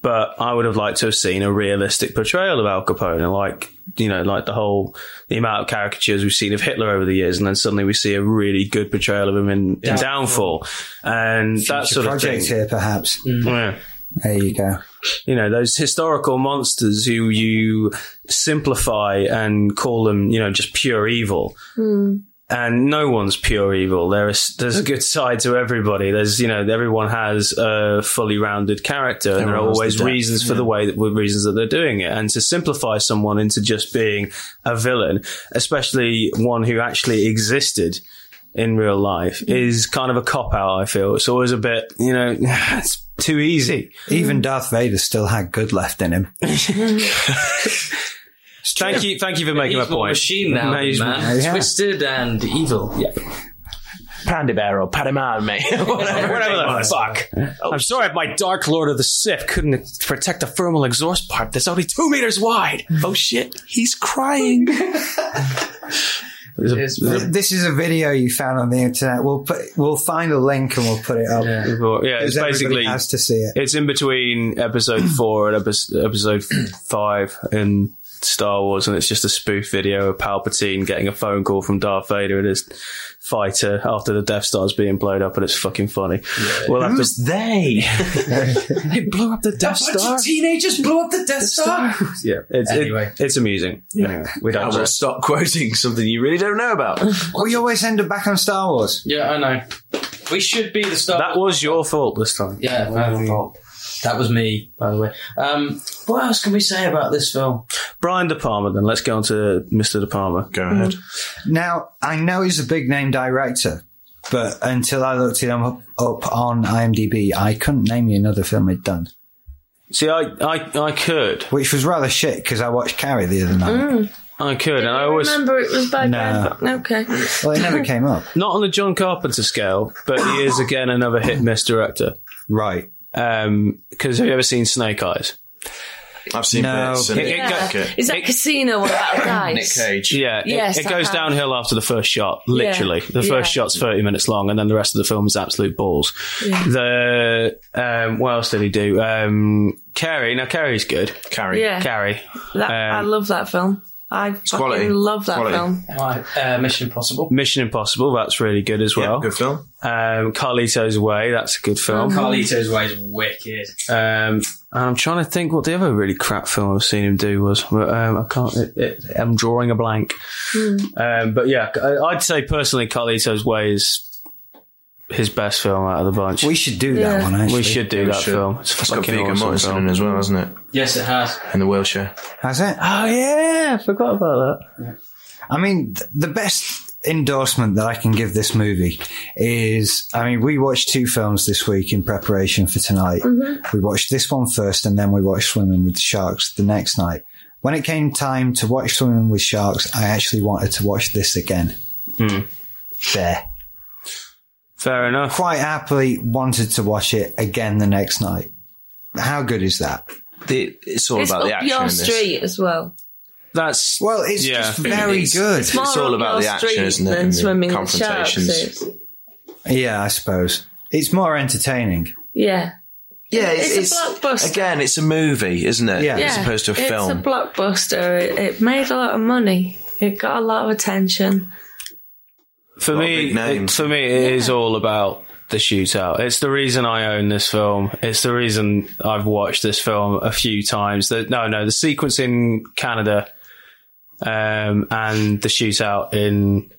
Speaker 4: but I would have liked to have seen a realistic portrayal of Al Capone, and like you know, like the whole the amount of caricatures we've seen of Hitler over the years, and then suddenly we see a really good portrayal of him in, in Downfall, and that
Speaker 6: It's a
Speaker 4: sort of
Speaker 6: project
Speaker 4: thing.
Speaker 6: here, perhaps.
Speaker 4: Yeah
Speaker 6: There you go.
Speaker 4: you know those historical monsters who you simplify and call them you know just pure evil and no one's pure evil there is there's a good side to everybody there's you know everyone has a fully rounded character and there are
Speaker 3: Everyone has the
Speaker 4: always
Speaker 3: depth,
Speaker 4: reasons for the way that with reasons that they're doing it and to simplify someone into just being a villain especially one who actually existed in real life is kind of a cop out i feel it's always a bit you know (laughs) it's too easy
Speaker 6: Even Darth Vader still had good left in him.
Speaker 4: Thank you, thank you for making
Speaker 7: He's
Speaker 4: my
Speaker 7: more
Speaker 4: point.
Speaker 7: machine now,
Speaker 4: No, he's-
Speaker 7: man.
Speaker 6: Yeah.
Speaker 7: Twisted and evil. Yeah.
Speaker 3: Pandy Bear or Padaman, mate. (laughs) Whatever.
Speaker 4: (laughs) Whatever the fuck. I'm sorry, my Dark Lord of the Sith couldn't protect a thermal exhaust pipe that's only two meters wide.
Speaker 3: oh shit, he's (laughs) crying.
Speaker 6: Th- This is a video you found on the internet. We'll put, we'll find a link and we'll put it up.
Speaker 7: Yeah.
Speaker 4: Yeah, it's
Speaker 6: Because everybody
Speaker 4: basically
Speaker 6: has to see it.
Speaker 4: it's in between episode four and epi- episode five in Star Wars, and it's just a spoof video of Palpatine getting a phone call from Darth Vader and his fighter after the Death Star's being blown up, and it's fucking funny. We'll have to,
Speaker 3: they?
Speaker 4: they blew up the Death
Speaker 3: (laughs)
Speaker 4: Star.
Speaker 7: teenagers blew up the Death Star.
Speaker 4: Yeah, it's, it-
Speaker 7: Anyway.
Speaker 4: it's amusing. Anyway, we
Speaker 3: I
Speaker 4: don't.
Speaker 3: will stop quoting something you really don't know about.
Speaker 6: We always end up back on Star Wars.
Speaker 7: Yeah, I know. We should be the Star.
Speaker 4: That was your fault this time.
Speaker 7: yeah, my fault. That was me, by the way. Um, what else can we say about this film?
Speaker 4: Brian De Palma, then let's go on to Mr. De Palma.
Speaker 3: Go ahead.
Speaker 6: Now I know he's a big name director, but until I looked him up, up on IMDb, I couldn't name you another film he'd done,
Speaker 4: See, I, I, I could.
Speaker 6: which was rather shit because I watched Carrie the other night.
Speaker 4: I could. And I always,
Speaker 5: remember it was by
Speaker 6: No.
Speaker 5: Brad. Okay.
Speaker 6: Well, it never came up.
Speaker 4: not on the John Carpenter scale, but he is again another hit miss director.
Speaker 6: Right.
Speaker 4: Because have you ever seen Snake Eyes?
Speaker 3: I've seen
Speaker 6: No.
Speaker 3: bits. and
Speaker 4: It- it
Speaker 5: Yeah.
Speaker 4: go-
Speaker 3: Okay.
Speaker 5: Is that casino one
Speaker 3: (coughs)
Speaker 5: about
Speaker 3: Nick
Speaker 5: dice?
Speaker 3: Cage.
Speaker 4: Yeah, it-
Speaker 5: Yes,
Speaker 4: it,
Speaker 5: I
Speaker 4: goes
Speaker 5: have.
Speaker 4: downhill after the first shot. Literally,
Speaker 5: Yeah.
Speaker 4: the first
Speaker 5: Yeah.
Speaker 4: shot's thirty minutes long, and then the rest of the film is absolute balls. The um, what else did he do? Um, Carrie. Now Carrie's good.
Speaker 3: Carrie.
Speaker 5: Yeah.
Speaker 4: Carrie.
Speaker 5: That, I
Speaker 4: Um,
Speaker 5: love that film. I fucking
Speaker 3: quality.
Speaker 5: love that
Speaker 3: Quality.
Speaker 5: film.
Speaker 7: Uh, Mission Impossible.
Speaker 4: Mission Impossible. That's really good as well.
Speaker 3: Yeah, good film.
Speaker 4: Um, Carlito's Way. That's a good film.
Speaker 5: Uh-huh.
Speaker 7: Carlito's Way is wicked.
Speaker 4: Um, and I'm trying to think what the other really crap film I've seen him do was, but um, I can't. It, it, I'm drawing a blank. Um, but yeah, I, I'd say personally, Carlito's Way is his best film out of the bunch.
Speaker 6: We should do that
Speaker 5: Yeah.
Speaker 6: one, actually.
Speaker 4: We should do that
Speaker 3: Should-
Speaker 4: film. It's
Speaker 3: It's
Speaker 4: a
Speaker 3: got
Speaker 4: fucking
Speaker 3: Viggo
Speaker 4: awesome
Speaker 3: Mortensen in
Speaker 4: film.
Speaker 3: as well, hasn't it?
Speaker 2: Yes, it has.
Speaker 3: In the wheelchair.
Speaker 6: Has it?
Speaker 4: Oh yeah, I forgot about that.
Speaker 6: I mean, th- the best endorsement that I can give this movie is I mean, we watched two films this week in preparation for tonight.
Speaker 4: Mm-hmm.
Speaker 6: We watched this one first and then we watched Swimming with the Sharks the next night. When it came time to watch Swimming with Sharks, I actually wanted to watch this again. There.
Speaker 4: Fair enough.
Speaker 6: Quite happily wanted to watch it again the next night. How good is that?
Speaker 3: The, it's all
Speaker 5: it's
Speaker 3: about
Speaker 5: up
Speaker 3: the action. in
Speaker 5: your
Speaker 3: this.
Speaker 5: street as well.
Speaker 4: That's
Speaker 6: Well, it's
Speaker 4: Yeah.
Speaker 6: just very
Speaker 3: It's-
Speaker 6: good.
Speaker 5: More
Speaker 3: It's all
Speaker 5: up
Speaker 3: about
Speaker 5: your
Speaker 3: the action,
Speaker 5: street
Speaker 3: isn't it,
Speaker 5: Than
Speaker 3: and the
Speaker 5: swimming with sharks.
Speaker 3: confrontations.
Speaker 5: is.
Speaker 6: Yeah, I suppose. It's more entertaining.
Speaker 5: Yeah.
Speaker 3: Yeah,
Speaker 5: It's a blockbuster.
Speaker 3: Again, it's a movie, isn't it?
Speaker 6: Yeah.
Speaker 5: yeah.
Speaker 3: As opposed to a film.
Speaker 5: It's a blockbuster. It, it made a lot of money. It got a lot of attention.
Speaker 4: for
Speaker 3: Lot of
Speaker 4: me.
Speaker 3: big
Speaker 4: It,
Speaker 3: names.
Speaker 4: for me, it is all about the shootout. It's the reason I own this film. It's the reason I've watched this film a few times. The, no, no, the sequence in Canada um, and the shootout in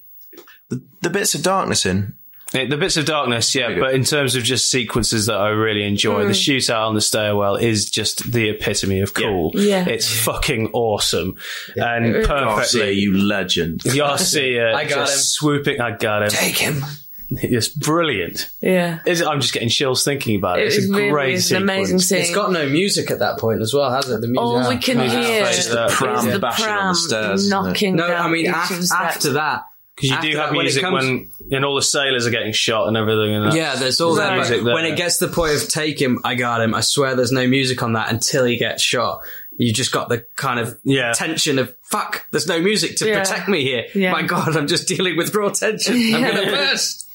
Speaker 3: the bits of darkness in.
Speaker 4: Eh, The bits of darkness, yeah,
Speaker 3: Very good.
Speaker 4: but in terms of just sequences that I really enjoy, the shootout on the stairwell is just the epitome of cool.
Speaker 5: Yeah. Yeah.
Speaker 4: It's fucking awesome and
Speaker 3: Oh, see,
Speaker 4: perfectly.
Speaker 3: you legend.
Speaker 4: Yarcia
Speaker 7: I got
Speaker 4: just
Speaker 7: him.
Speaker 4: swooping. I got him.
Speaker 7: Take him.
Speaker 4: It's brilliant.
Speaker 5: Yeah.
Speaker 4: Is it, I'm just getting chills thinking about it. it's
Speaker 5: is
Speaker 4: a
Speaker 5: really
Speaker 4: great
Speaker 5: is an
Speaker 4: sequence.
Speaker 5: amazing scene.
Speaker 7: It's got no music at that point as well, has it? The music.
Speaker 5: All we can
Speaker 4: Yeah.
Speaker 5: hear
Speaker 4: It's
Speaker 5: is
Speaker 4: the
Speaker 5: the
Speaker 3: pram
Speaker 5: pram,
Speaker 3: bashing on the stairs, isn't it?
Speaker 5: knocking
Speaker 7: No,
Speaker 5: down
Speaker 7: I mean
Speaker 5: each
Speaker 7: af-
Speaker 5: of the steps.
Speaker 7: after that.
Speaker 4: Because you
Speaker 7: After
Speaker 4: do have
Speaker 7: that, when it
Speaker 4: music when,
Speaker 7: comes-
Speaker 4: and all the sailors are getting shot and everything. And that.
Speaker 7: Yeah, there's all that.
Speaker 4: music
Speaker 7: but
Speaker 4: there.
Speaker 7: When it gets to the point of take him, I got him. I swear, there's no music on that until he gets shot. You just got the kind of
Speaker 4: Yeah.
Speaker 7: tension of fuck. There's no music to
Speaker 5: Yeah.
Speaker 7: protect me here.
Speaker 5: Yeah.
Speaker 7: My God, I'm just dealing with raw tension. I'm (laughs) gonna burst.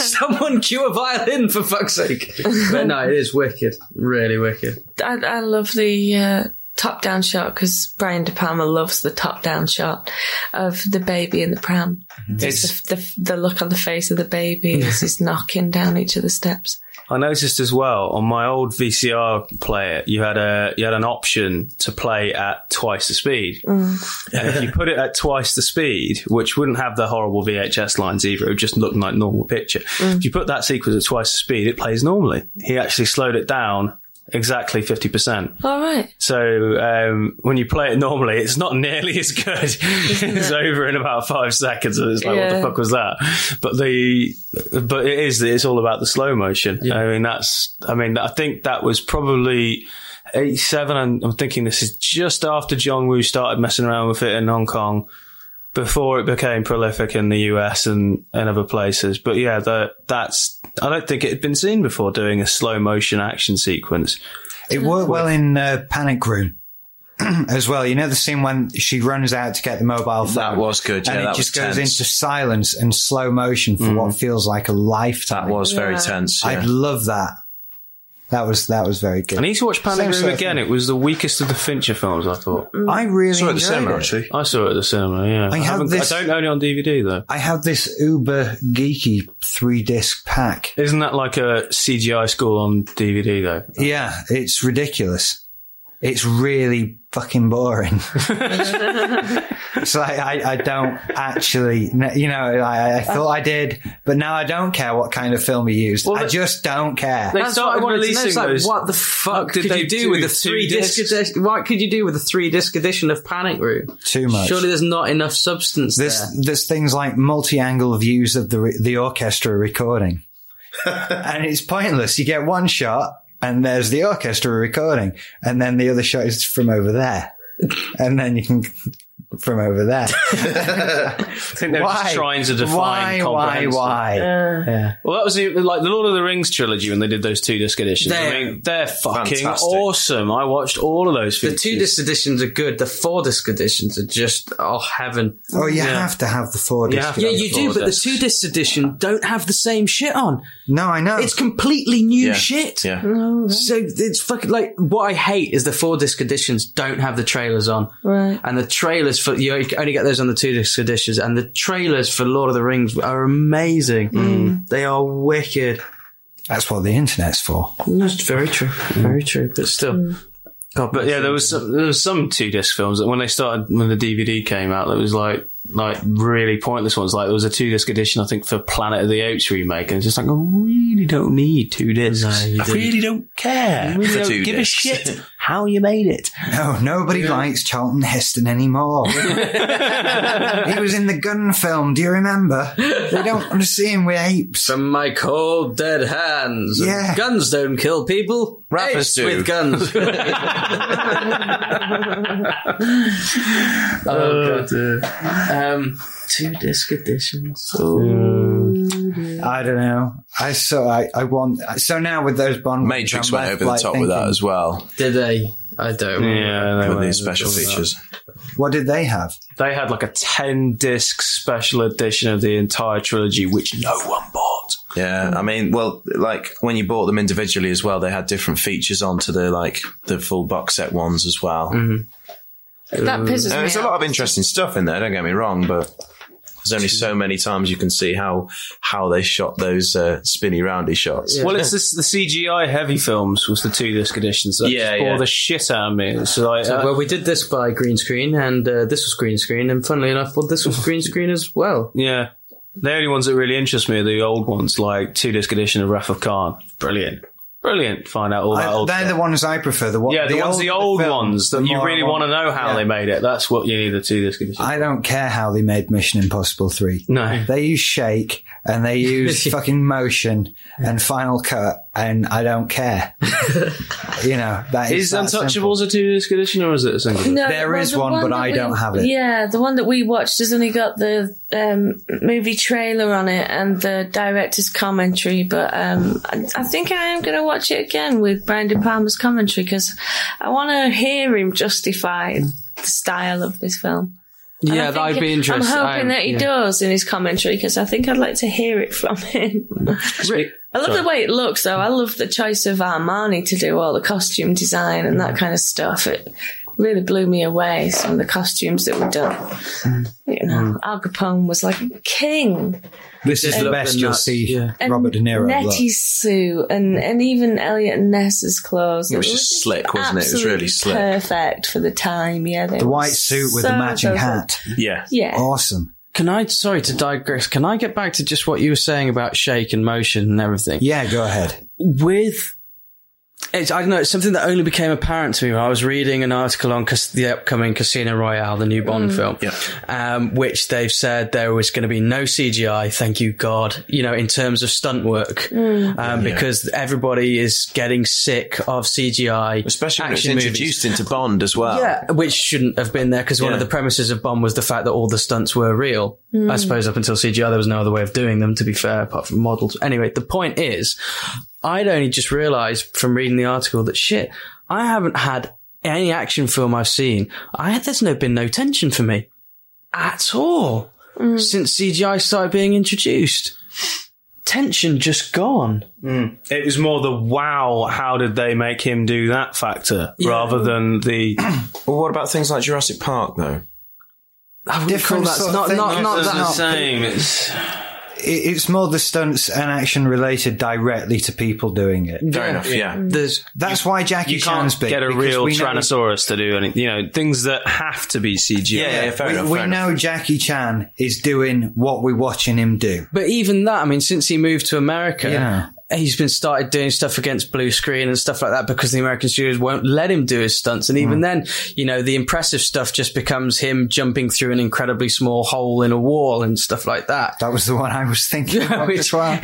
Speaker 7: Someone cue a violin for fuck's sake. But no, it is wicked, really wicked.
Speaker 5: I, I love the uh, top down shot because Brian De Palma loves the top down shot of the baby in the pram.
Speaker 3: Mm-hmm.
Speaker 5: It's the, the, the look on the face of the baby as he's knocking down each of the steps.
Speaker 4: I noticed as well on my old VCR player, you had a you had an option to play at twice the speed. And if you put it at twice the speed, which wouldn't have the horrible VHS lines either, it would just look like normal picture. If you put that sequence at twice the speed, it plays normally. He actually slowed it down exactly fifty percent.
Speaker 5: All right.
Speaker 4: So um, when you play it normally, it's not nearly (laughs) as good. it's over in about five seconds, and it's like, what
Speaker 5: Yeah.
Speaker 4: the fuck was that? But the but it is it's all about the slow motion. I mean, that's I mean, I think that was probably. 87 and I'm thinking this is just after John Woo started messing around with it in Hong Kong before it became prolific in the US and, and other places. But yeah, that that's I don't think it had been seen before doing a slow motion action sequence.
Speaker 6: It worked well in uh, Panic Room (clears throat) as well. You know the scene when she runs out to get the mobile phone.
Speaker 3: That was good. Yeah,
Speaker 6: and
Speaker 3: that
Speaker 6: it just
Speaker 3: was tense.
Speaker 6: goes
Speaker 3: Mm-hmm.
Speaker 6: into silence and slow motion for what feels like a lifetime.
Speaker 3: That was very
Speaker 5: Yeah.
Speaker 3: tense.
Speaker 6: I
Speaker 3: yeah.
Speaker 6: love that. That was that was very
Speaker 4: I
Speaker 6: good.
Speaker 4: need to watch Panic
Speaker 6: Same
Speaker 4: Room
Speaker 6: sort of
Speaker 4: again. It was the weakest of the Fincher films, I thought.
Speaker 6: I really
Speaker 3: Saw it at the
Speaker 6: enjoyed
Speaker 3: cinema,
Speaker 6: it.
Speaker 3: actually.
Speaker 4: I saw it at the cinema, yeah.
Speaker 6: I
Speaker 4: I,
Speaker 6: have
Speaker 4: haven't,
Speaker 6: this-
Speaker 4: I don't own it on DVD, though.
Speaker 6: I have this uber geeky three disc pack.
Speaker 4: Isn't that like a CGI school on DVD, though?
Speaker 6: Yeah, it's ridiculous. It's really fucking boring. (laughs) it's like I, I don't actually, you know, I, I thought I did, but now I don't care what kind of film you used. I just don't care.
Speaker 4: They
Speaker 7: That's
Speaker 4: started
Speaker 7: what I wanted to know.
Speaker 4: releasing
Speaker 7: It's like,
Speaker 4: those.
Speaker 7: what the fuck
Speaker 4: did
Speaker 7: could
Speaker 4: they
Speaker 7: you do,
Speaker 4: do
Speaker 7: with a
Speaker 4: with two
Speaker 7: three disc?
Speaker 4: discs?
Speaker 7: edition? What could you do with a three disc edition of Panic Room?
Speaker 6: Too much.
Speaker 7: Surely there's not enough substance
Speaker 6: there's
Speaker 7: there.
Speaker 6: there's things like multi-angle views of the re- the orchestra recording, and it's pointless. You get one shot, and there's the orchestra recording, and then the other shot is from over there, and then you can from over there.
Speaker 4: I think they were just trying to define
Speaker 6: why, why,
Speaker 4: comprehensive.
Speaker 6: why?
Speaker 4: Well, that was the, like the Lord of the Rings trilogy when they did those two disc editions. I
Speaker 7: They're
Speaker 4: mean, they're fucking
Speaker 3: fantastic.
Speaker 4: awesome. I watched all of those.
Speaker 7: The two disc editions are good. The four disc editions are just oh heaven.
Speaker 6: Oh, you have to have the four disc.
Speaker 4: have to
Speaker 7: Yeah,
Speaker 4: have the
Speaker 7: you do,
Speaker 4: four
Speaker 7: but the
Speaker 4: discs.
Speaker 7: two disc edition don't have the same shit on.
Speaker 6: No, I know.
Speaker 7: It's completely new
Speaker 3: Yeah.
Speaker 7: shit.
Speaker 3: Yeah.
Speaker 7: So it's fucking like what I hate is the four disc editions don't have the trailers on.
Speaker 5: Right.
Speaker 7: And the trailers for you only get those on the two disc editions, and the trailers for Lord of the Rings are amazing. Mm. They are wicked.
Speaker 6: That's what the internet's for.
Speaker 7: That's very true. Mm. Very true. But still, God,
Speaker 4: But yeah, there was some, there was some two disc films that when they started when the DVD came out, that was like like really pointless ones. Like there was a two disc edition, I think, for Planet of the Apes remake, and it's just like I really don't need two discs. I really don't care. I really
Speaker 3: For
Speaker 4: don't
Speaker 3: two
Speaker 4: give
Speaker 3: discs.
Speaker 4: a shit how you made it.
Speaker 6: No, nobody likes Charlton Heston anymore.
Speaker 4: (laughs)
Speaker 6: he was in the gun film. Do you remember? They don't want to see him with apes.
Speaker 9: From my cold dead hands.
Speaker 6: Yeah.
Speaker 9: Guns don't kill people.
Speaker 3: (laughs) Rappers
Speaker 9: Apes
Speaker 3: do.
Speaker 9: with guns.
Speaker 7: Oh, God. Um, two disc editions.
Speaker 6: I don't know. I so I, I want so now with those Bond.
Speaker 3: Matrix
Speaker 6: I'm
Speaker 3: went
Speaker 6: left,
Speaker 3: over the
Speaker 6: like,
Speaker 3: top with that
Speaker 6: thinking,
Speaker 3: as well.
Speaker 9: Did they? I don't.
Speaker 4: (laughs) Yeah,
Speaker 3: With these special features.
Speaker 6: What did they have?
Speaker 4: They had like a ten disc special edition of the entire trilogy, which no one bought.
Speaker 3: Yeah, I mean, well, like when you bought them individually as well, they had different features onto the like the full box set ones as well.
Speaker 6: Uh,
Speaker 5: That pisses
Speaker 3: And
Speaker 5: me
Speaker 3: there's a
Speaker 5: off.
Speaker 3: lot of interesting stuff in there. Don't get me wrong, but there's only so many times you can see how how they shot those uh, spinny roundy shots.
Speaker 4: Well, it's this, the CGI heavy films was the two disc editions that
Speaker 3: Yeah,
Speaker 4: just bore
Speaker 3: yeah.
Speaker 4: the shit out of me. It's like,
Speaker 9: So,
Speaker 4: uh,
Speaker 9: well, we did this by green screen, and uh, this was green screen, and funnily enough, well, this was green screen as well.
Speaker 4: yeah. The only ones that really interest me are the old ones, like two disc edition of Wrath of Khan. Brilliant, brilliant. Find out all that
Speaker 6: I-
Speaker 4: old.
Speaker 6: they're
Speaker 4: stuff.
Speaker 6: the ones I prefer. The, one-
Speaker 4: yeah, the, ones, the old
Speaker 6: film,
Speaker 4: ones that
Speaker 6: the
Speaker 4: you
Speaker 6: more
Speaker 4: really
Speaker 6: I
Speaker 4: want to know how
Speaker 6: yeah.
Speaker 4: they made it. That's what you need the two disc edition.
Speaker 6: I don't care how they made Mission Impossible three.
Speaker 4: no,
Speaker 6: They use shake and they
Speaker 4: (laughs)
Speaker 6: use fucking motion and Final Cut, and I
Speaker 4: (laughs)
Speaker 6: don't care. you know that is,
Speaker 4: is
Speaker 6: that simple.
Speaker 4: Untouchables a two disc edition or is it a single?
Speaker 5: No,
Speaker 6: There
Speaker 5: well,
Speaker 6: is
Speaker 5: the
Speaker 6: one, but
Speaker 5: that
Speaker 6: I
Speaker 5: we-
Speaker 6: don't have it.
Speaker 5: Yeah, the one that we watched has only got the um, movie trailer on it and the director's commentary. But um, I, I think I am going to watch it again with Brian De Palma's commentary because I want to hear him justify the style of this film. And I
Speaker 9: Yeah,
Speaker 5: think- I'm hoping that he does in his commentary because I think I'd like to hear it from (laughs) him. I love the way it looks, though. I love the choice of Armani to do all the costume design and
Speaker 6: Mm.
Speaker 5: that kind of stuff. It really blew me away. Some of the costumes that were done.
Speaker 6: Mm.
Speaker 5: You know, Al Capone was like a king.
Speaker 6: This is the best you'll see Robert De Niro. look.
Speaker 5: Nettie's suit, and and even Elliot and Ness's clothes.
Speaker 3: It was
Speaker 5: were
Speaker 3: just slick, wasn't it? It was
Speaker 5: absolutely
Speaker 3: really slick.
Speaker 5: Perfect for the time. Yeah,
Speaker 6: The white suit with the matching hat. Oh,
Speaker 3: Yeah,
Speaker 5: Yeah.
Speaker 6: Awesome.
Speaker 7: Can I, sorry to digress, can I get back to just what you were saying about shake and motion and everything?
Speaker 6: Yeah, go ahead.
Speaker 7: with it's, I don't know. It's something that only became apparent to me when I was reading an article on cas- the upcoming Casino Royale, the new
Speaker 9: Mm.
Speaker 7: Bond film, um, which they've said there was going to be no CGI. Thank you, God. You know, in terms of stunt work,
Speaker 9: Mm.
Speaker 7: um, because everybody is getting sick of CGI,
Speaker 3: especially when it's
Speaker 7: action movies.
Speaker 3: introduced into Bond as well.
Speaker 7: Yeah, which shouldn't have been there because one of
Speaker 3: Yeah.
Speaker 7: the premises of Bond was the fact that all the stunts were real. I suppose up until CGI, there was no other way of doing them, to be fair, apart from models. Anyway, the point is, I'd only just realized from reading the article that shit, I haven't had any action film I've seen. I there's no been no tension for me at all since CGI started being introduced. Tension just gone.
Speaker 4: It was more the wow, how did they make him do that factor rather than the
Speaker 3: Well, what about things like Jurassic Park though?
Speaker 7: I wouldn't
Speaker 6: Different
Speaker 7: call that
Speaker 6: sort of
Speaker 7: not
Speaker 6: thing.
Speaker 7: not not
Speaker 6: It's
Speaker 7: that
Speaker 6: the
Speaker 4: same. It's
Speaker 6: It- It's more the stunts and action related directly to people doing it.
Speaker 3: Fair enough. Yeah.
Speaker 7: there's
Speaker 6: That's why Jackie
Speaker 4: you can't
Speaker 6: Chan's big.
Speaker 4: get a
Speaker 6: because
Speaker 4: real
Speaker 6: we know-
Speaker 4: Tyrannosaurus to do anything. You know things that have to be CGI.
Speaker 3: Yeah, yeah, fair
Speaker 6: We,
Speaker 3: enough.
Speaker 6: we
Speaker 3: fair enough.
Speaker 6: know Jackie Chan is doing what we're watching him do.
Speaker 7: But even that, I mean, since he moved to America,
Speaker 6: Yeah.
Speaker 7: he's been started doing stuff against blue screen and stuff like that because the American studios won't let him do his stunts. And
Speaker 6: Hmm.
Speaker 7: even then, you know, the impressive stuff just becomes him jumping through an incredibly small hole in a wall and stuff like that.
Speaker 6: That was the one I was thinking of
Speaker 7: Which-
Speaker 6: as well.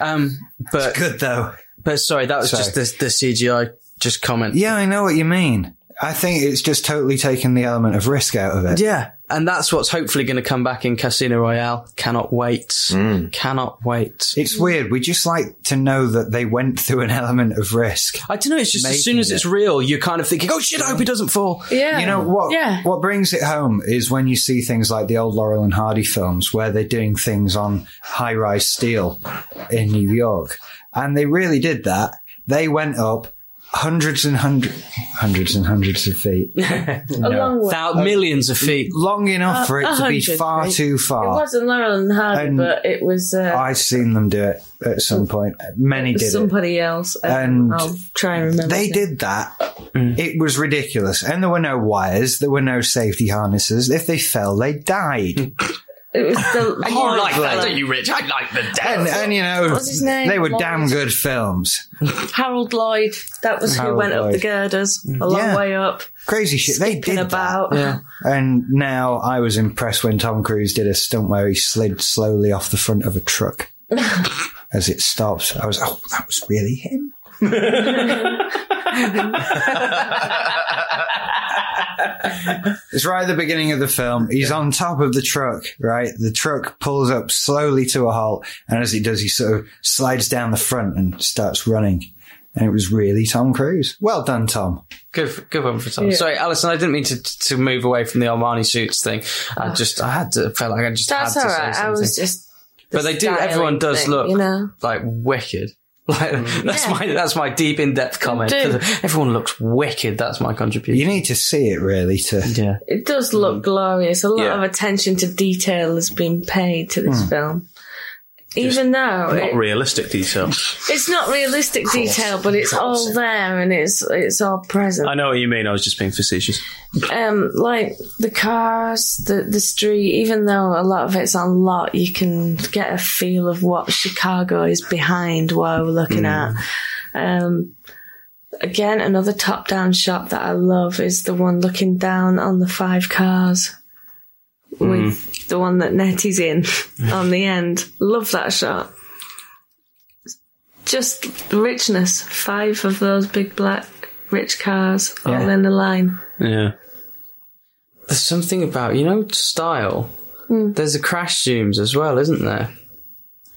Speaker 7: Um, but
Speaker 6: (laughs) Good though.
Speaker 7: but sorry, that was
Speaker 6: Sorry.
Speaker 7: just the, the CGI just comment.
Speaker 6: Yeah, I know what you mean. I think it's just totally taken the element of risk out of it.
Speaker 7: Yeah. And that's what's hopefully going to come back in Casino Royale. Cannot wait.
Speaker 6: Hmm.
Speaker 7: Cannot wait.
Speaker 6: It's weird. We just like to know that they went through an element of risk.
Speaker 7: I don't know. It's just as soon
Speaker 6: Making
Speaker 7: as it's real, you're kind of thinking, oh shit, I hope he doesn't fall.
Speaker 5: Yeah.
Speaker 6: You know what?
Speaker 5: Yeah.
Speaker 6: What brings it home is when you see things like the old Laurel and Hardy films, where they're doing things on high-rise steel in New York, and they really did that. They went up, hundreds and hundred, hundreds and hundreds of feet.
Speaker 5: A long way.
Speaker 7: Thou- millions
Speaker 6: uh,
Speaker 7: of feet.
Speaker 6: Long enough for it
Speaker 5: A
Speaker 6: to be
Speaker 5: hundred
Speaker 6: far
Speaker 5: feet.
Speaker 6: too
Speaker 5: It
Speaker 6: far.
Speaker 5: wasn't Laurel and Hardy,
Speaker 6: Ah. And
Speaker 5: but it was uh,
Speaker 6: I've seen them do it at some point. Many did it.
Speaker 5: somebody else. Um,
Speaker 6: And
Speaker 5: I'll try and remember.
Speaker 6: They
Speaker 5: now.
Speaker 6: did that. It was ridiculous. And there were no wires. There were no safety harnesses. If they fell, they died.
Speaker 5: It was
Speaker 7: (laughs)
Speaker 5: the
Speaker 7: You like that, don't you, Rich? I like the
Speaker 6: and,
Speaker 7: death.
Speaker 6: and, you know,
Speaker 5: What's his name?
Speaker 6: they were
Speaker 5: Lloyd.
Speaker 6: damn good films.
Speaker 5: Harold Lloyd. That was
Speaker 6: Harold
Speaker 5: who went up the
Speaker 6: Lloyd.
Speaker 5: girders a long
Speaker 6: Yeah.
Speaker 5: way up.
Speaker 6: Crazy shit. They
Speaker 5: skipping
Speaker 6: did
Speaker 5: about.
Speaker 6: that. And now I was impressed when Tom Cruise did a stunt where he slid slowly off the front of a truck as it stopped. I was, oh, that was really him. it's right at the beginning of the film. He's on top of the truck, right? The truck pulls up slowly to a halt. And as it does, he sort of slides down the front and starts running. And it was really Tom Cruise. Well done, Tom.
Speaker 7: Good, good one for Tom.
Speaker 5: Yeah.
Speaker 7: Sorry, Alison, I didn't mean to to move away from the Armani suits thing. I just, I had to, felt like I just
Speaker 5: Oh. That's
Speaker 7: had to
Speaker 5: all right.
Speaker 7: say
Speaker 5: I
Speaker 7: something.
Speaker 5: was just.
Speaker 7: but they do.
Speaker 5: styling
Speaker 7: Everyone does
Speaker 5: thing,
Speaker 7: look
Speaker 5: You know.
Speaker 7: like wicked. (laughs) Like that's
Speaker 5: Yeah.
Speaker 7: my that's my deep in depth comment.
Speaker 5: do.
Speaker 7: 'Cause Everyone looks wicked. That's my
Speaker 6: You
Speaker 7: contribution.
Speaker 6: need to see it really to.
Speaker 7: Yeah.
Speaker 5: It
Speaker 7: Mm.
Speaker 5: does look glorious. A lot
Speaker 3: Yeah.
Speaker 5: of attention to detail has been paid to
Speaker 6: Mm.
Speaker 5: this film. Even though
Speaker 3: Not
Speaker 5: it,
Speaker 3: realistic detail.
Speaker 5: it's not realistic detail, but it's all there and it's it's all present.
Speaker 4: I know what you mean. I was just being facetious.
Speaker 5: Um, like the cars, the the street. Even though a lot of it's on lot, you can get a feel of what Chicago is behind while we're looking at. Um, again, another top down shot that I love is the one looking down on the five cars with the one that Nettie's in on the end. Love that shot. Just richness. Five of those big black rich cars all in a line.
Speaker 4: Yeah.
Speaker 7: There's something about you know style.
Speaker 5: Hmm.
Speaker 7: There's the crash zooms as well, isn't there?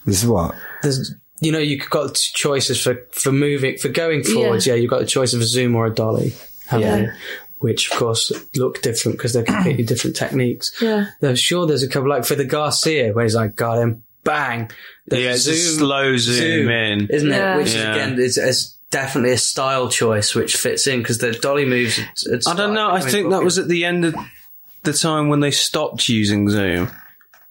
Speaker 6: This is what?
Speaker 7: There's you know you've got t- choices for for moving for going forwards. Yeah, you've got the choice of a zoom or a dolly, haven't you? Which of course look different because they're completely different techniques.
Speaker 5: Yeah.
Speaker 7: There's sure there's a couple like for the Garcia where he's like got him bang. The
Speaker 4: Yeah, it's a
Speaker 7: zoom-
Speaker 4: slow zoom,
Speaker 7: zoom,
Speaker 4: in.
Speaker 7: isn't
Speaker 5: Yeah.
Speaker 7: it? Which
Speaker 4: Yeah.
Speaker 7: again is, is definitely a style choice which fits in because the dolly moves. It's, it's
Speaker 4: I don't know. I
Speaker 7: mean,
Speaker 4: think that
Speaker 7: fucking-
Speaker 4: was at the end of the time when they stopped using Zoom.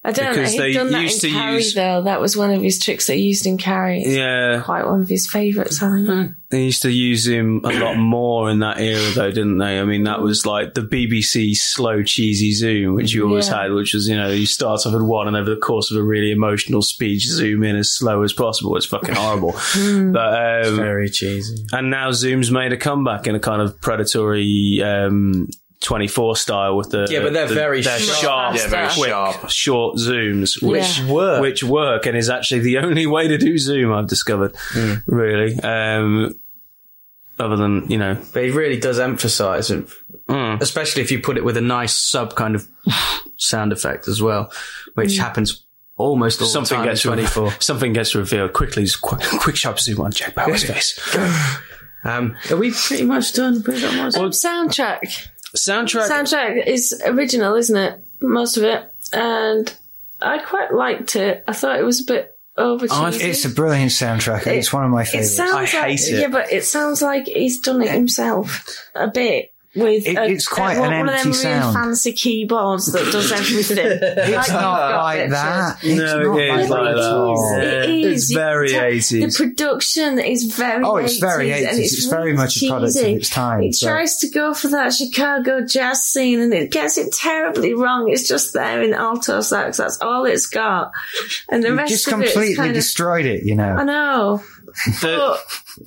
Speaker 5: I don't
Speaker 4: Because
Speaker 5: know.
Speaker 4: they
Speaker 5: He'd done that
Speaker 4: used
Speaker 5: in
Speaker 4: to
Speaker 5: Carrie,
Speaker 4: use-
Speaker 5: though. That was one of his tricks that he used in Carrie. It's
Speaker 4: Yeah.
Speaker 5: Quite one of his favourites, I think.
Speaker 4: They used to use Zoom a lot more in that era, though, didn't they? I mean, that was like the BBC slow, cheesy Zoom, which you always
Speaker 5: Yeah.
Speaker 4: had, which was, you know, you start off at one and over the course of a really emotional speech, zoom in as slow as possible. It's fucking horrible. but, um,
Speaker 7: very cheesy.
Speaker 4: and now Zoom's made a comeback in a kind of predatory um, 24 style with the
Speaker 7: Yeah, but they're
Speaker 4: the-
Speaker 7: very
Speaker 4: they're
Speaker 7: sharp.
Speaker 4: sharp,
Speaker 5: Yeah, very
Speaker 4: quick,
Speaker 3: sharp.
Speaker 4: short zooms, which
Speaker 5: Yeah.
Speaker 4: work, which work, and is actually the (laughs) only way to do Zoom I've discovered.
Speaker 5: Hmm.
Speaker 4: Really, um, other than you know,
Speaker 7: But it really does emphasise, and
Speaker 4: Hmm.
Speaker 7: especially if you put it with a nice sub kind of sound effect as well, which
Speaker 5: Hmm.
Speaker 7: happens almost all
Speaker 4: something
Speaker 7: the time. in
Speaker 4: gets
Speaker 7: 24.
Speaker 4: re- (laughs) something gets revealed quickly. Quick, quick sharp zoom on Jack Bauer's face.
Speaker 7: Um, are we pretty much done? Pretty much.
Speaker 5: Um, soundtrack.
Speaker 4: Soundtrack.
Speaker 5: Soundtrack is original, isn't it? Most of it. And I quite liked it. I thought it was a bit over cheesy.
Speaker 6: It's a brilliant soundtrack. it's one of my
Speaker 5: It
Speaker 6: favorites.
Speaker 5: sounds
Speaker 4: I
Speaker 5: like,
Speaker 4: hate it.
Speaker 5: Yeah, but it sounds like he's done it himself a bit. With
Speaker 6: It-
Speaker 5: a-
Speaker 6: it's quite
Speaker 5: a-
Speaker 6: an
Speaker 5: one
Speaker 6: empty
Speaker 5: of them
Speaker 6: sound.
Speaker 5: Really fancy keyboards that does everything. it's
Speaker 6: not like that. It's
Speaker 4: No,
Speaker 6: not
Speaker 4: it is
Speaker 6: like
Speaker 4: like
Speaker 6: that. at all.
Speaker 4: that.
Speaker 5: It is.
Speaker 4: It's
Speaker 5: You can
Speaker 4: very
Speaker 5: tell-
Speaker 4: 80s.
Speaker 5: The production is very.
Speaker 6: Oh, it's very
Speaker 5: 80s, and
Speaker 6: 80s. It's very
Speaker 5: really
Speaker 6: much a product of
Speaker 5: cheesy.
Speaker 6: its time,
Speaker 5: It
Speaker 6: so-
Speaker 5: tries to go for that Chicago jazz scene, and it gets it terribly wrong. It's just there in alto sax. That's all it's got, and the rest
Speaker 6: Just
Speaker 5: of it is
Speaker 6: completely
Speaker 5: kind of.
Speaker 6: destroyed it, you
Speaker 5: I
Speaker 6: know.
Speaker 5: know,
Speaker 4: The-
Speaker 5: but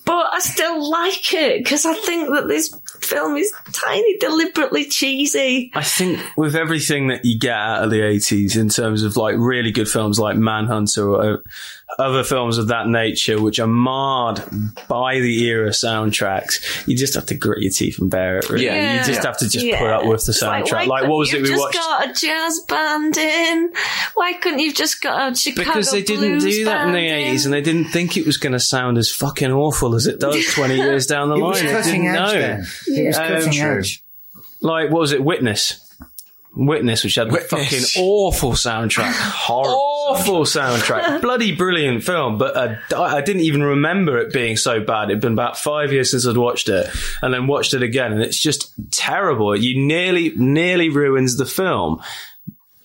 Speaker 5: but I still like it because I think that this film is tiny, deliberately cheesy.
Speaker 4: I think with everything that you get out of the 80s in terms of like really good films like Manhunter or uh, other films of that nature, which are marred by the era soundtracks, you just have to grit your teeth and bear it. Really.
Speaker 5: Yeah.
Speaker 4: You just have to just put
Speaker 5: Yeah.
Speaker 4: up with the
Speaker 5: It's like,
Speaker 4: soundtrack.
Speaker 5: why
Speaker 4: Like, what was it
Speaker 5: couldn't
Speaker 4: we
Speaker 5: you've
Speaker 4: watched?
Speaker 5: just got a jazz band in. Why couldn't you've just got a Chicago
Speaker 4: because they didn't
Speaker 5: blues
Speaker 4: do that in the
Speaker 5: band
Speaker 4: 80s and they didn't think it was going to sound as fucking awful as it does 20 years down the
Speaker 6: It
Speaker 4: line.
Speaker 6: was
Speaker 4: They
Speaker 6: cutting
Speaker 4: didn't
Speaker 6: edge
Speaker 4: know.
Speaker 6: then. It was
Speaker 4: Yeah.
Speaker 6: cutting
Speaker 4: Um,
Speaker 6: edge.
Speaker 4: Like, what was it? Witness. Witness, which had a fucking awful soundtrack. Horrible awful soundtrack. Bloody brilliant film, but uh, I I didn't even remember it being so bad. It'd been about five years since I'd watched it, and then watched it again, and it's just terrible. You nearly, nearly ruins the film,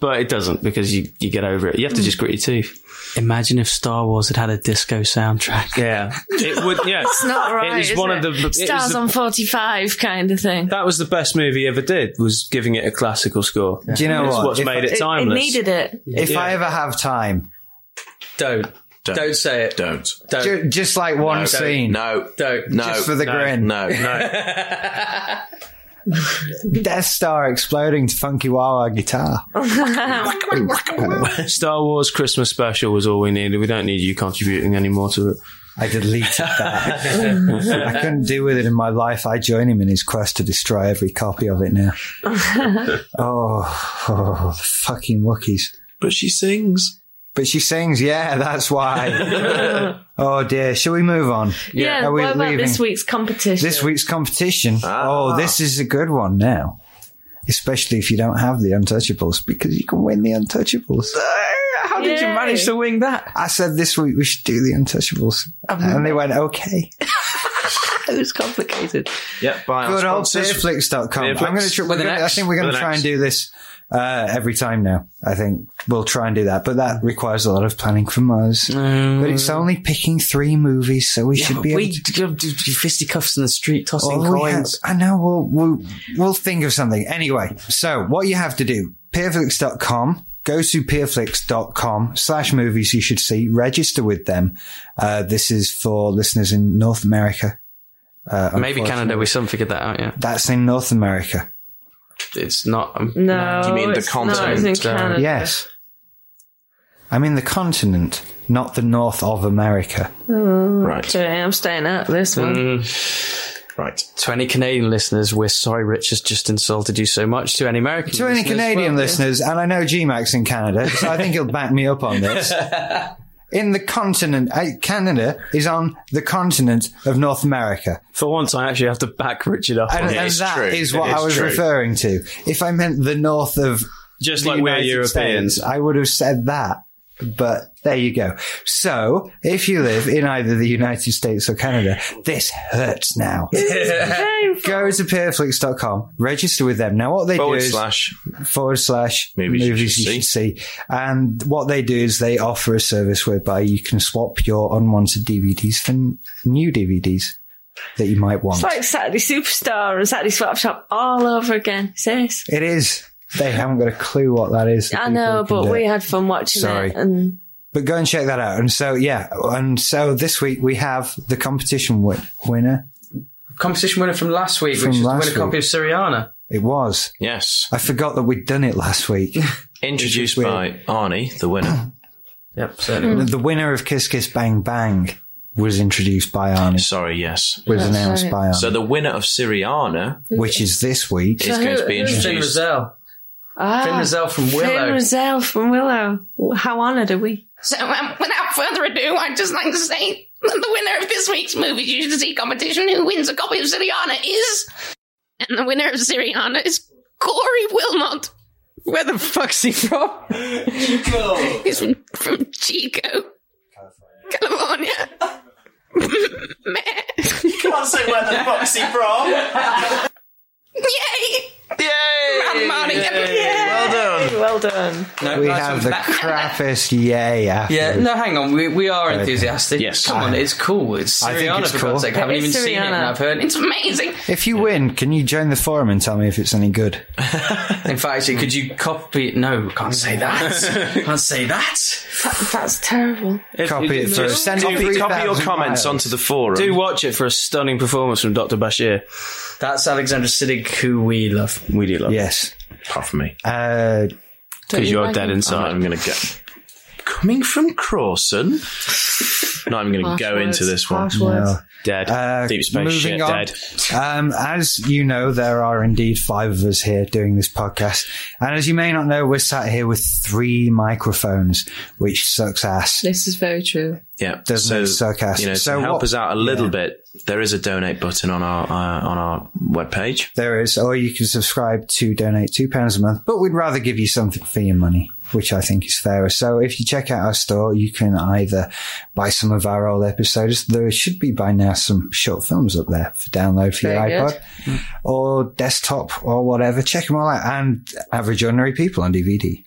Speaker 4: but it doesn't because you you get over it. You have to just grit your teeth.
Speaker 2: Imagine if Star Wars had had a disco soundtrack.
Speaker 4: Yeah, it would. Yeah,
Speaker 5: It's not right.
Speaker 4: It was
Speaker 5: is
Speaker 4: one
Speaker 5: it?
Speaker 4: of the it was
Speaker 5: stars
Speaker 4: the-
Speaker 5: on forty-five kind of thing.
Speaker 4: That was the best movie ever did. Was giving it a classical score.
Speaker 6: Do you know
Speaker 4: It's
Speaker 6: what?
Speaker 4: what's
Speaker 6: If-
Speaker 4: made it
Speaker 5: It, it
Speaker 4: timeless.
Speaker 5: needed it.
Speaker 6: If I ever have time,
Speaker 7: Don't.
Speaker 3: Don't.
Speaker 7: Don't, say it.
Speaker 3: Don't.
Speaker 7: Don't.
Speaker 6: ju- just like one scene,
Speaker 3: No.
Speaker 7: Don't.
Speaker 3: No.
Speaker 6: just for the grin.
Speaker 3: no. No.
Speaker 6: Death Star exploding to Funky Wawa guitar.
Speaker 5: (laughs)
Speaker 4: (laughs) Star Wars Christmas special was all we needed. We don't need you contributing any more to it. (laughs)
Speaker 6: I deleted that. I couldn't do with it in my life. I join him in his quest to destroy every copy of
Speaker 5: (laughs)
Speaker 6: it now. oh, oh, (laughs) the fucking Wookiees.
Speaker 3: But she sings.
Speaker 6: But she sings, yeah, (laughs) that's why. oh dear, shall we move on?
Speaker 5: Yeah.
Speaker 6: Are we
Speaker 5: what about
Speaker 6: leaving?
Speaker 5: this week's competition?
Speaker 6: This week's competition. Oh, this is a good one now. Especially if you don't have the Untouchables, because you can win the Untouchables.
Speaker 7: How did you
Speaker 5: Yay.
Speaker 7: manage to wing that?
Speaker 6: I said this week we should do the Untouchables, and they went okay.
Speaker 5: It was complicated.
Speaker 3: Yep. By
Speaker 6: Good
Speaker 3: our
Speaker 6: old
Speaker 3: sponsors.
Speaker 6: Beerflix.com. I'm going to. Tr- we're
Speaker 7: With an
Speaker 6: gonna- I
Speaker 7: X.
Speaker 6: think we're going
Speaker 3: With
Speaker 6: to
Speaker 3: an
Speaker 6: try and
Speaker 3: X.
Speaker 6: do this uh, every time now. I think we'll try and do that, but that requires a lot of planning from us.
Speaker 7: Um,
Speaker 6: But it's only picking three movies, so we should be.
Speaker 2: we
Speaker 6: able to- Oh,
Speaker 2: do, do, do fisticuffs in the street, tossing
Speaker 6: All we have-
Speaker 2: coins.
Speaker 6: I know. We'll, we'll we'll think of something anyway. So what you have to do: peerflix.com. Go to peerflix.com slash movies you should see. Register with them. Uh, this is for listeners in North America. Uh,
Speaker 2: Maybe Canada. We soon figured that out. Yeah,
Speaker 6: That's in North America.
Speaker 2: it's not. Um,
Speaker 5: No.
Speaker 3: You mean the
Speaker 5: it's not. It's in
Speaker 3: continent, uh,
Speaker 5: Canada.
Speaker 6: Yes. I mean the continent, not the north of America.
Speaker 3: Right.
Speaker 5: Okay, I'm staying out of this one.
Speaker 4: Mm.
Speaker 3: Right.
Speaker 2: To any Canadian listeners, we're sorry Rich has just insulted you so much. To any American
Speaker 6: To any
Speaker 2: listeners,
Speaker 6: Canadian
Speaker 2: well,
Speaker 6: listeners, and I know GMAX in Canada, so I think he'll back me up on this. In the continent, uh, Canada is on the continent of North America.
Speaker 4: For once, I actually have to back Richard up.
Speaker 6: And,
Speaker 4: on it.
Speaker 6: and
Speaker 3: is
Speaker 6: that
Speaker 3: true.
Speaker 6: is
Speaker 3: It
Speaker 6: what
Speaker 3: is
Speaker 6: I was
Speaker 3: true.
Speaker 6: referring to. If I meant the north of
Speaker 4: Just
Speaker 6: the
Speaker 4: like we're
Speaker 6: United
Speaker 4: Europeans.
Speaker 6: States, I would have said that. But there you go. So, if you live in either the United States or Canada, this
Speaker 3: (laughs)
Speaker 6: hurts now. go to peerflix.com, register with them. Now, what they
Speaker 3: Forward
Speaker 6: do is
Speaker 3: slash.
Speaker 6: forward slash
Speaker 3: Movies
Speaker 6: movies,
Speaker 3: you
Speaker 6: you
Speaker 3: should
Speaker 6: should see. And what they do is they offer a service whereby you can swap your unwanted DVDs for n- new DVDs that you might
Speaker 5: It's
Speaker 6: want.
Speaker 5: like Saturday Superstar and Saturday Swap Shop all over again. Sis.
Speaker 6: it is. They haven't got a clue what that is. The
Speaker 5: I
Speaker 6: people
Speaker 5: know,
Speaker 6: who can
Speaker 5: but
Speaker 6: do it.
Speaker 5: we had fun watching
Speaker 6: Sorry.
Speaker 5: it. And
Speaker 6: But go and check that out. And so, yeah. And so this week we have the competition win- winner.
Speaker 7: Competition winner from last week,
Speaker 6: From
Speaker 7: which is to
Speaker 6: last
Speaker 7: win a copy of
Speaker 6: week.
Speaker 7: Syriana.
Speaker 6: It was.
Speaker 3: Yes.
Speaker 6: I forgot that we'd done it
Speaker 5: (laughs)
Speaker 6: last week.
Speaker 3: Introduced
Speaker 6: weird.
Speaker 3: by Arnie, the winner.
Speaker 7: Yep, certainly.
Speaker 6: the winner of Kiss Kiss Bang Bang was introduced by Arnie,
Speaker 3: Sorry. Yes.
Speaker 6: was announced by Arnie,
Speaker 3: So the winner of Syriana
Speaker 6: which is this week.
Speaker 3: is
Speaker 5: So
Speaker 3: going to
Speaker 5: who-
Speaker 3: be
Speaker 5: who's
Speaker 7: Finn
Speaker 3: introduced.
Speaker 7: Rizal. Finn
Speaker 5: ah,
Speaker 7: Rizal from Willow.
Speaker 5: Finn Rizal from Willow. How honoured are we?
Speaker 10: So, um, without further ado, I'd just like to say that the winner of this week's Movies You Should See competition, who wins a copy of Syriana, is. And the winner of Syriana is Corey Wilmot. Where the fuck's he from? Chico! He's from, from Chico, California. (laughs) Meh.
Speaker 3: Can't say where the fuck's he from.
Speaker 10: Yay! Yay!
Speaker 3: Well done.
Speaker 5: (laughs) Well done.
Speaker 7: No,
Speaker 6: We
Speaker 7: nice
Speaker 6: have
Speaker 7: one.
Speaker 3: (laughs)
Speaker 6: the
Speaker 7: That-
Speaker 6: crappiest yay after.
Speaker 7: Yeah, no, hang on. We, we are enthusiastic.
Speaker 3: Yes.
Speaker 7: Come on, it's cool. It's
Speaker 6: I think
Speaker 7: Syriana,
Speaker 6: it's
Speaker 7: for
Speaker 6: cool.
Speaker 7: God's sake. I haven't
Speaker 5: It
Speaker 7: even
Speaker 5: is
Speaker 7: seen it, and
Speaker 5: Syriana.
Speaker 7: I've heard it.
Speaker 10: It's amazing.
Speaker 6: If you win, can you join the forum and tell me if it's any good?
Speaker 7: In fact, actually, could you copy it? No, can't say
Speaker 6: (laughs)
Speaker 7: that. can't say that.
Speaker 5: That, that's terrible.
Speaker 6: Copy it through. Send it
Speaker 3: Copy, copy your
Speaker 6: 3,000
Speaker 3: comments
Speaker 6: miles.
Speaker 3: onto the forum.
Speaker 4: Do watch it for a stunning performance from Dr. Bashir.
Speaker 7: That's Alexandra Siddig, who we love.
Speaker 4: We do love
Speaker 6: Yes.
Speaker 3: Apart from me.
Speaker 6: Uh,
Speaker 4: because you're dead
Speaker 3: I'm not
Speaker 4: inside.
Speaker 3: even going to get. Coming from Crawson. not even going to go into this one.
Speaker 6: no.
Speaker 4: Dead.
Speaker 6: Uh,
Speaker 3: Deep space
Speaker 6: moving
Speaker 3: shit,
Speaker 6: on.
Speaker 4: dead.
Speaker 6: Um, as you know, there are indeed five of us here doing this podcast. And as you may not know, we're sat here with three microphones, which sucks ass.
Speaker 5: This is very true.
Speaker 3: Yeah.
Speaker 6: Doesn't it? Sarcastic.
Speaker 3: You know,
Speaker 6: So
Speaker 3: to help
Speaker 6: what-
Speaker 3: us out a little bit, there is a donate button on our uh, on our webpage.
Speaker 6: There is, or you can subscribe to donate two pounds a month, but we'd rather give you something for your money, which I think is fairer. So if you check out our store, you can either buy some of our old episodes. There should be by now some short films up there for download for
Speaker 5: Very
Speaker 6: your
Speaker 5: good.
Speaker 6: iPod or desktop or whatever. Check them all out and Average Ordinary People on DVD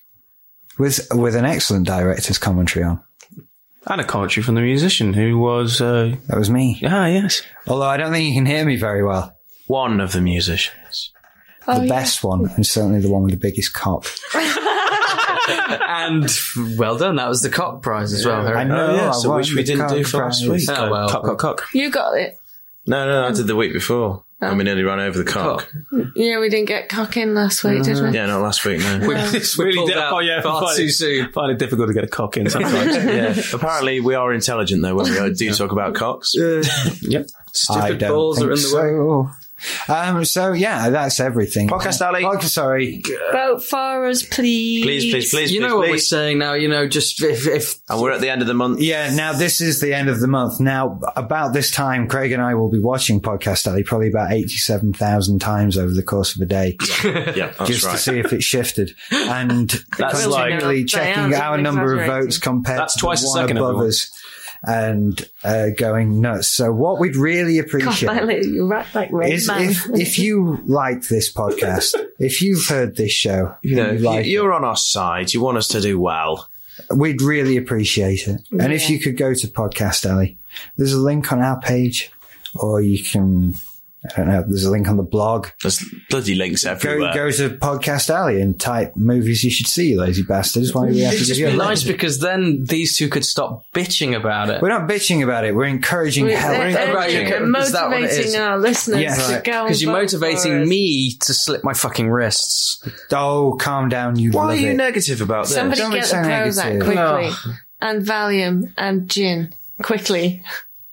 Speaker 6: with, with an excellent director's commentary on.
Speaker 4: And a commentary from the musician who was, uh,
Speaker 6: That was me.
Speaker 4: ah, yes.
Speaker 6: Although I don't think you can hear me very well.
Speaker 3: One of the musicians.
Speaker 5: Oh,
Speaker 6: The best one, and certainly the one with the biggest cop.
Speaker 7: And well done. That was the cop prize as well.
Speaker 6: I
Speaker 4: Oh,
Speaker 6: know,
Speaker 3: Oh, yeah,
Speaker 6: I
Speaker 3: so
Speaker 6: won
Speaker 3: which we
Speaker 6: the
Speaker 3: didn't do for last
Speaker 6: prize.
Speaker 3: week.
Speaker 7: Oh, well.
Speaker 4: Cock, cock, cock.
Speaker 5: You got it.
Speaker 3: No, no, I did the week before. And we nearly ran over the cock. (laughs)
Speaker 5: Yeah, we didn't get cock in last week, did we?
Speaker 3: Yeah, not last
Speaker 7: (laughs)
Speaker 3: week, no.
Speaker 4: It's really
Speaker 7: pulled
Speaker 4: di-
Speaker 7: out
Speaker 4: oh, yeah,
Speaker 7: far
Speaker 4: find
Speaker 7: too
Speaker 4: it-
Speaker 7: soon.
Speaker 4: Find it difficult to get a cock (laughs) in sometimes.
Speaker 3: yeah. Apparently, we are intelligent, though, when we do talk about cocks.
Speaker 6: I
Speaker 7: Stupid
Speaker 6: don't
Speaker 7: balls
Speaker 6: think
Speaker 7: are in the way.
Speaker 6: so. Um, so yeah, that's everything.
Speaker 3: Podcast Alley.
Speaker 6: Podcast, sorry.
Speaker 5: Vote for us, please.
Speaker 3: Please, please, please,
Speaker 7: You
Speaker 3: please,
Speaker 7: know what we're
Speaker 3: please.
Speaker 7: saying now. You know, just if, if
Speaker 3: And we're at the end of the month.
Speaker 6: Yeah, now this is the end of the month. Now, about this time, Craig and I will be watching Podcast Alley probably about 87,000 times over the course of a day
Speaker 3: Yeah, that's
Speaker 6: just to
Speaker 3: right.
Speaker 6: see if it shifted. And
Speaker 4: That's like-
Speaker 6: continually
Speaker 5: They
Speaker 6: checking
Speaker 5: are
Speaker 6: our number of
Speaker 5: exaggerating.
Speaker 6: votes compared
Speaker 4: That's
Speaker 6: to
Speaker 4: twice
Speaker 6: the
Speaker 4: a
Speaker 6: one
Speaker 4: second,
Speaker 6: above
Speaker 4: everyone.
Speaker 6: us and uh, going nuts. So what we'd really
Speaker 5: God,
Speaker 6: appreciate...
Speaker 5: that little- you're right like Rain
Speaker 6: is
Speaker 5: Man.
Speaker 6: if if you like this podcast, if you've heard this show,
Speaker 3: You know,
Speaker 6: and
Speaker 3: if
Speaker 6: you like
Speaker 3: you- you're on our side. You want us to do well.
Speaker 6: it, we'd really appreciate it. And if you could go to Podcast Alley, there's a link on our page, or you can. I don't know. There's a link on the blog.
Speaker 3: There's bloody links
Speaker 6: Go,
Speaker 3: everywhere.
Speaker 6: go to Podcast Alley and type movies you should see, you lazy bastards. Why do we have to
Speaker 7: it'd
Speaker 6: give
Speaker 7: just
Speaker 6: you a
Speaker 7: be
Speaker 6: link?
Speaker 7: nice because then these two could stop bitching about it.
Speaker 6: We're not bitching about it. We're encouraging
Speaker 5: We're
Speaker 6: help.
Speaker 7: encouraging
Speaker 5: urging,
Speaker 7: it. Is that what it is?
Speaker 5: motivating our listeners
Speaker 6: Yes.
Speaker 5: to
Speaker 6: Right.
Speaker 5: go
Speaker 7: Because you're
Speaker 5: and vote for
Speaker 7: motivating
Speaker 5: us.
Speaker 7: me to slip my fucking wrists.
Speaker 6: Oh, calm down, you.
Speaker 3: Why are
Speaker 6: love
Speaker 3: you
Speaker 6: it.
Speaker 3: negative about this?
Speaker 5: Somebody
Speaker 6: Don't
Speaker 5: get
Speaker 6: make
Speaker 5: the
Speaker 6: so
Speaker 5: Prozac
Speaker 6: negative.
Speaker 5: quickly and Valium and gin quickly.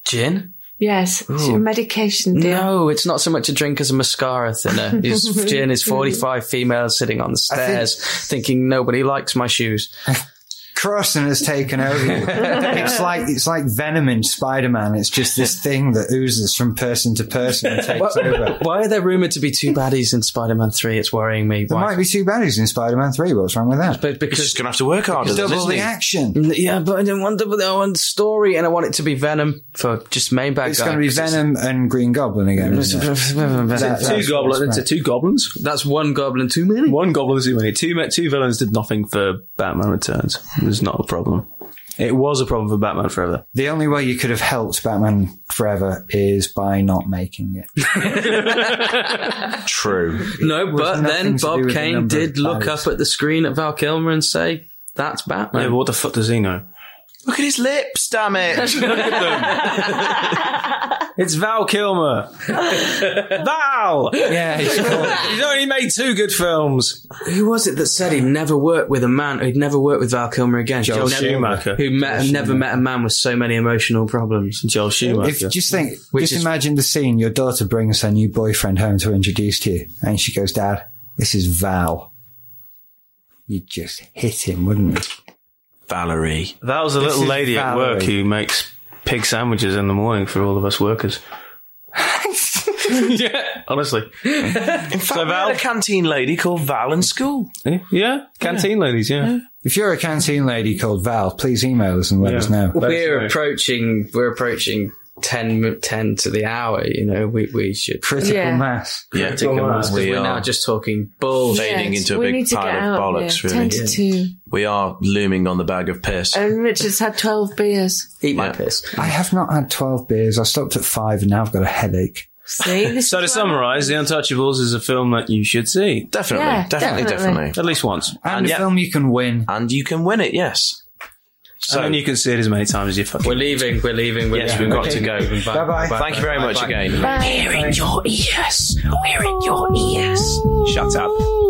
Speaker 7: Gin?
Speaker 5: Yes, it's your medication, dear.
Speaker 7: No, it's not so much a drink as a mascara thinner. It's- gin is 45 females sitting on the stairs thinking nobody likes my shoes.
Speaker 6: Crossing has taken over you. it's like it's like venom in Spider Man. It's just this thing that oozes from person to person and takes over.
Speaker 7: Why are there rumored to be two baddies in Spider-Man 3? It's worrying me.
Speaker 6: There
Speaker 7: Why?
Speaker 6: might be two baddies in Spider Man Three. What's wrong with that?
Speaker 7: But
Speaker 3: He's
Speaker 7: because
Speaker 3: just going to have to work harder, then,
Speaker 6: Double
Speaker 3: isn't
Speaker 6: the
Speaker 3: he?
Speaker 6: action.
Speaker 7: Yeah, but I didn't want the, I want the story, and I want it to be Venom for just main bad
Speaker 6: It's
Speaker 7: guy.
Speaker 6: going to be Venom and Green Goblin again. Isn't it? That-
Speaker 4: two
Speaker 6: that's
Speaker 4: goblins.
Speaker 6: what's
Speaker 4: Into two goblins.
Speaker 7: That's one goblin too many.
Speaker 4: One goblin is too many. Two ma- two villains did nothing for Batman Returns. It was not a problem. It was a problem for Batman Forever.
Speaker 6: The only way you could have helped Batman Forever is by not making it.
Speaker 3: True.
Speaker 7: No, but then
Speaker 6: nothing to do
Speaker 7: Bob
Speaker 6: with the
Speaker 7: Kane
Speaker 6: number of
Speaker 7: did look
Speaker 6: baddies.
Speaker 7: up at the screen at Val Kilmer and say, "That's Batman."
Speaker 4: Yeah, but what the fuck does he know?
Speaker 3: Look at his lips, damn it.
Speaker 4: It's Val (laughs) Kilmer. Val.
Speaker 6: Yeah, (laughs) it's called
Speaker 4: (laughs) He's only made two good films.
Speaker 7: Who was it that said he'd never work with a man? He'd never work with Val Kilmer again.
Speaker 4: Joel
Speaker 7: Never-
Speaker 4: Schumacher.
Speaker 7: who met never met a man with so many emotional problems.
Speaker 4: Joel Oh, Schumacher.
Speaker 6: If just think,
Speaker 7: Which
Speaker 6: just
Speaker 7: is-
Speaker 6: imagine the scene: your daughter brings her new boyfriend home to introduce to you, and she goes, "Dad, this is Val." You'd just hit him, wouldn't you?
Speaker 3: Valerie.
Speaker 4: That was a little
Speaker 6: is
Speaker 4: lady at work
Speaker 6: Valerie.
Speaker 4: who makes pig sandwiches in the morning for all of us workers. (laughs) yeah, honestly.
Speaker 3: So Val, a canteen lady called Val in school.
Speaker 4: Yeah, canteen ladies. Yeah,
Speaker 6: If you're a canteen lady called Val, please email us and let us know.
Speaker 7: We're
Speaker 4: right.
Speaker 7: approaching. We're approaching 10, 10 to the hour. You know, we we should.
Speaker 6: Critical
Speaker 5: Yeah.
Speaker 6: mass.
Speaker 3: Yeah,
Speaker 7: We
Speaker 3: we
Speaker 7: are
Speaker 3: are
Speaker 7: now just talking bullshit.
Speaker 3: fading into a
Speaker 5: we
Speaker 3: big
Speaker 5: need to
Speaker 3: pile
Speaker 5: get
Speaker 3: of
Speaker 5: out,
Speaker 3: bollocks,
Speaker 5: yeah.
Speaker 3: really.
Speaker 5: 10 to 2.
Speaker 3: We are looming on the bag of piss.
Speaker 5: And Richard's had 12 beers.
Speaker 7: Eat my
Speaker 3: Yeah.
Speaker 7: piss.
Speaker 6: I have not had 12 beers. I stopped at five and now I've got a headache.
Speaker 5: See? This
Speaker 4: So to
Speaker 5: is why-
Speaker 4: summarise, The Untouchables is a film that you should see
Speaker 3: Definitely,
Speaker 5: Yeah,
Speaker 3: definitely,
Speaker 5: definitely.
Speaker 3: definitely,
Speaker 4: at least once,
Speaker 6: And,
Speaker 3: And
Speaker 6: a
Speaker 3: yet-
Speaker 6: film you can win.
Speaker 3: And you can win it, yes. So
Speaker 4: and then you can see it as many times as you fucking.
Speaker 7: We're leaving. We're leaving. We're
Speaker 3: Yes,
Speaker 7: leaving.
Speaker 3: we've got to go.
Speaker 6: Bye bye.
Speaker 3: Thank you very much again.
Speaker 5: Bye.
Speaker 10: We're in your ears. We're in your ears.
Speaker 3: Shut up.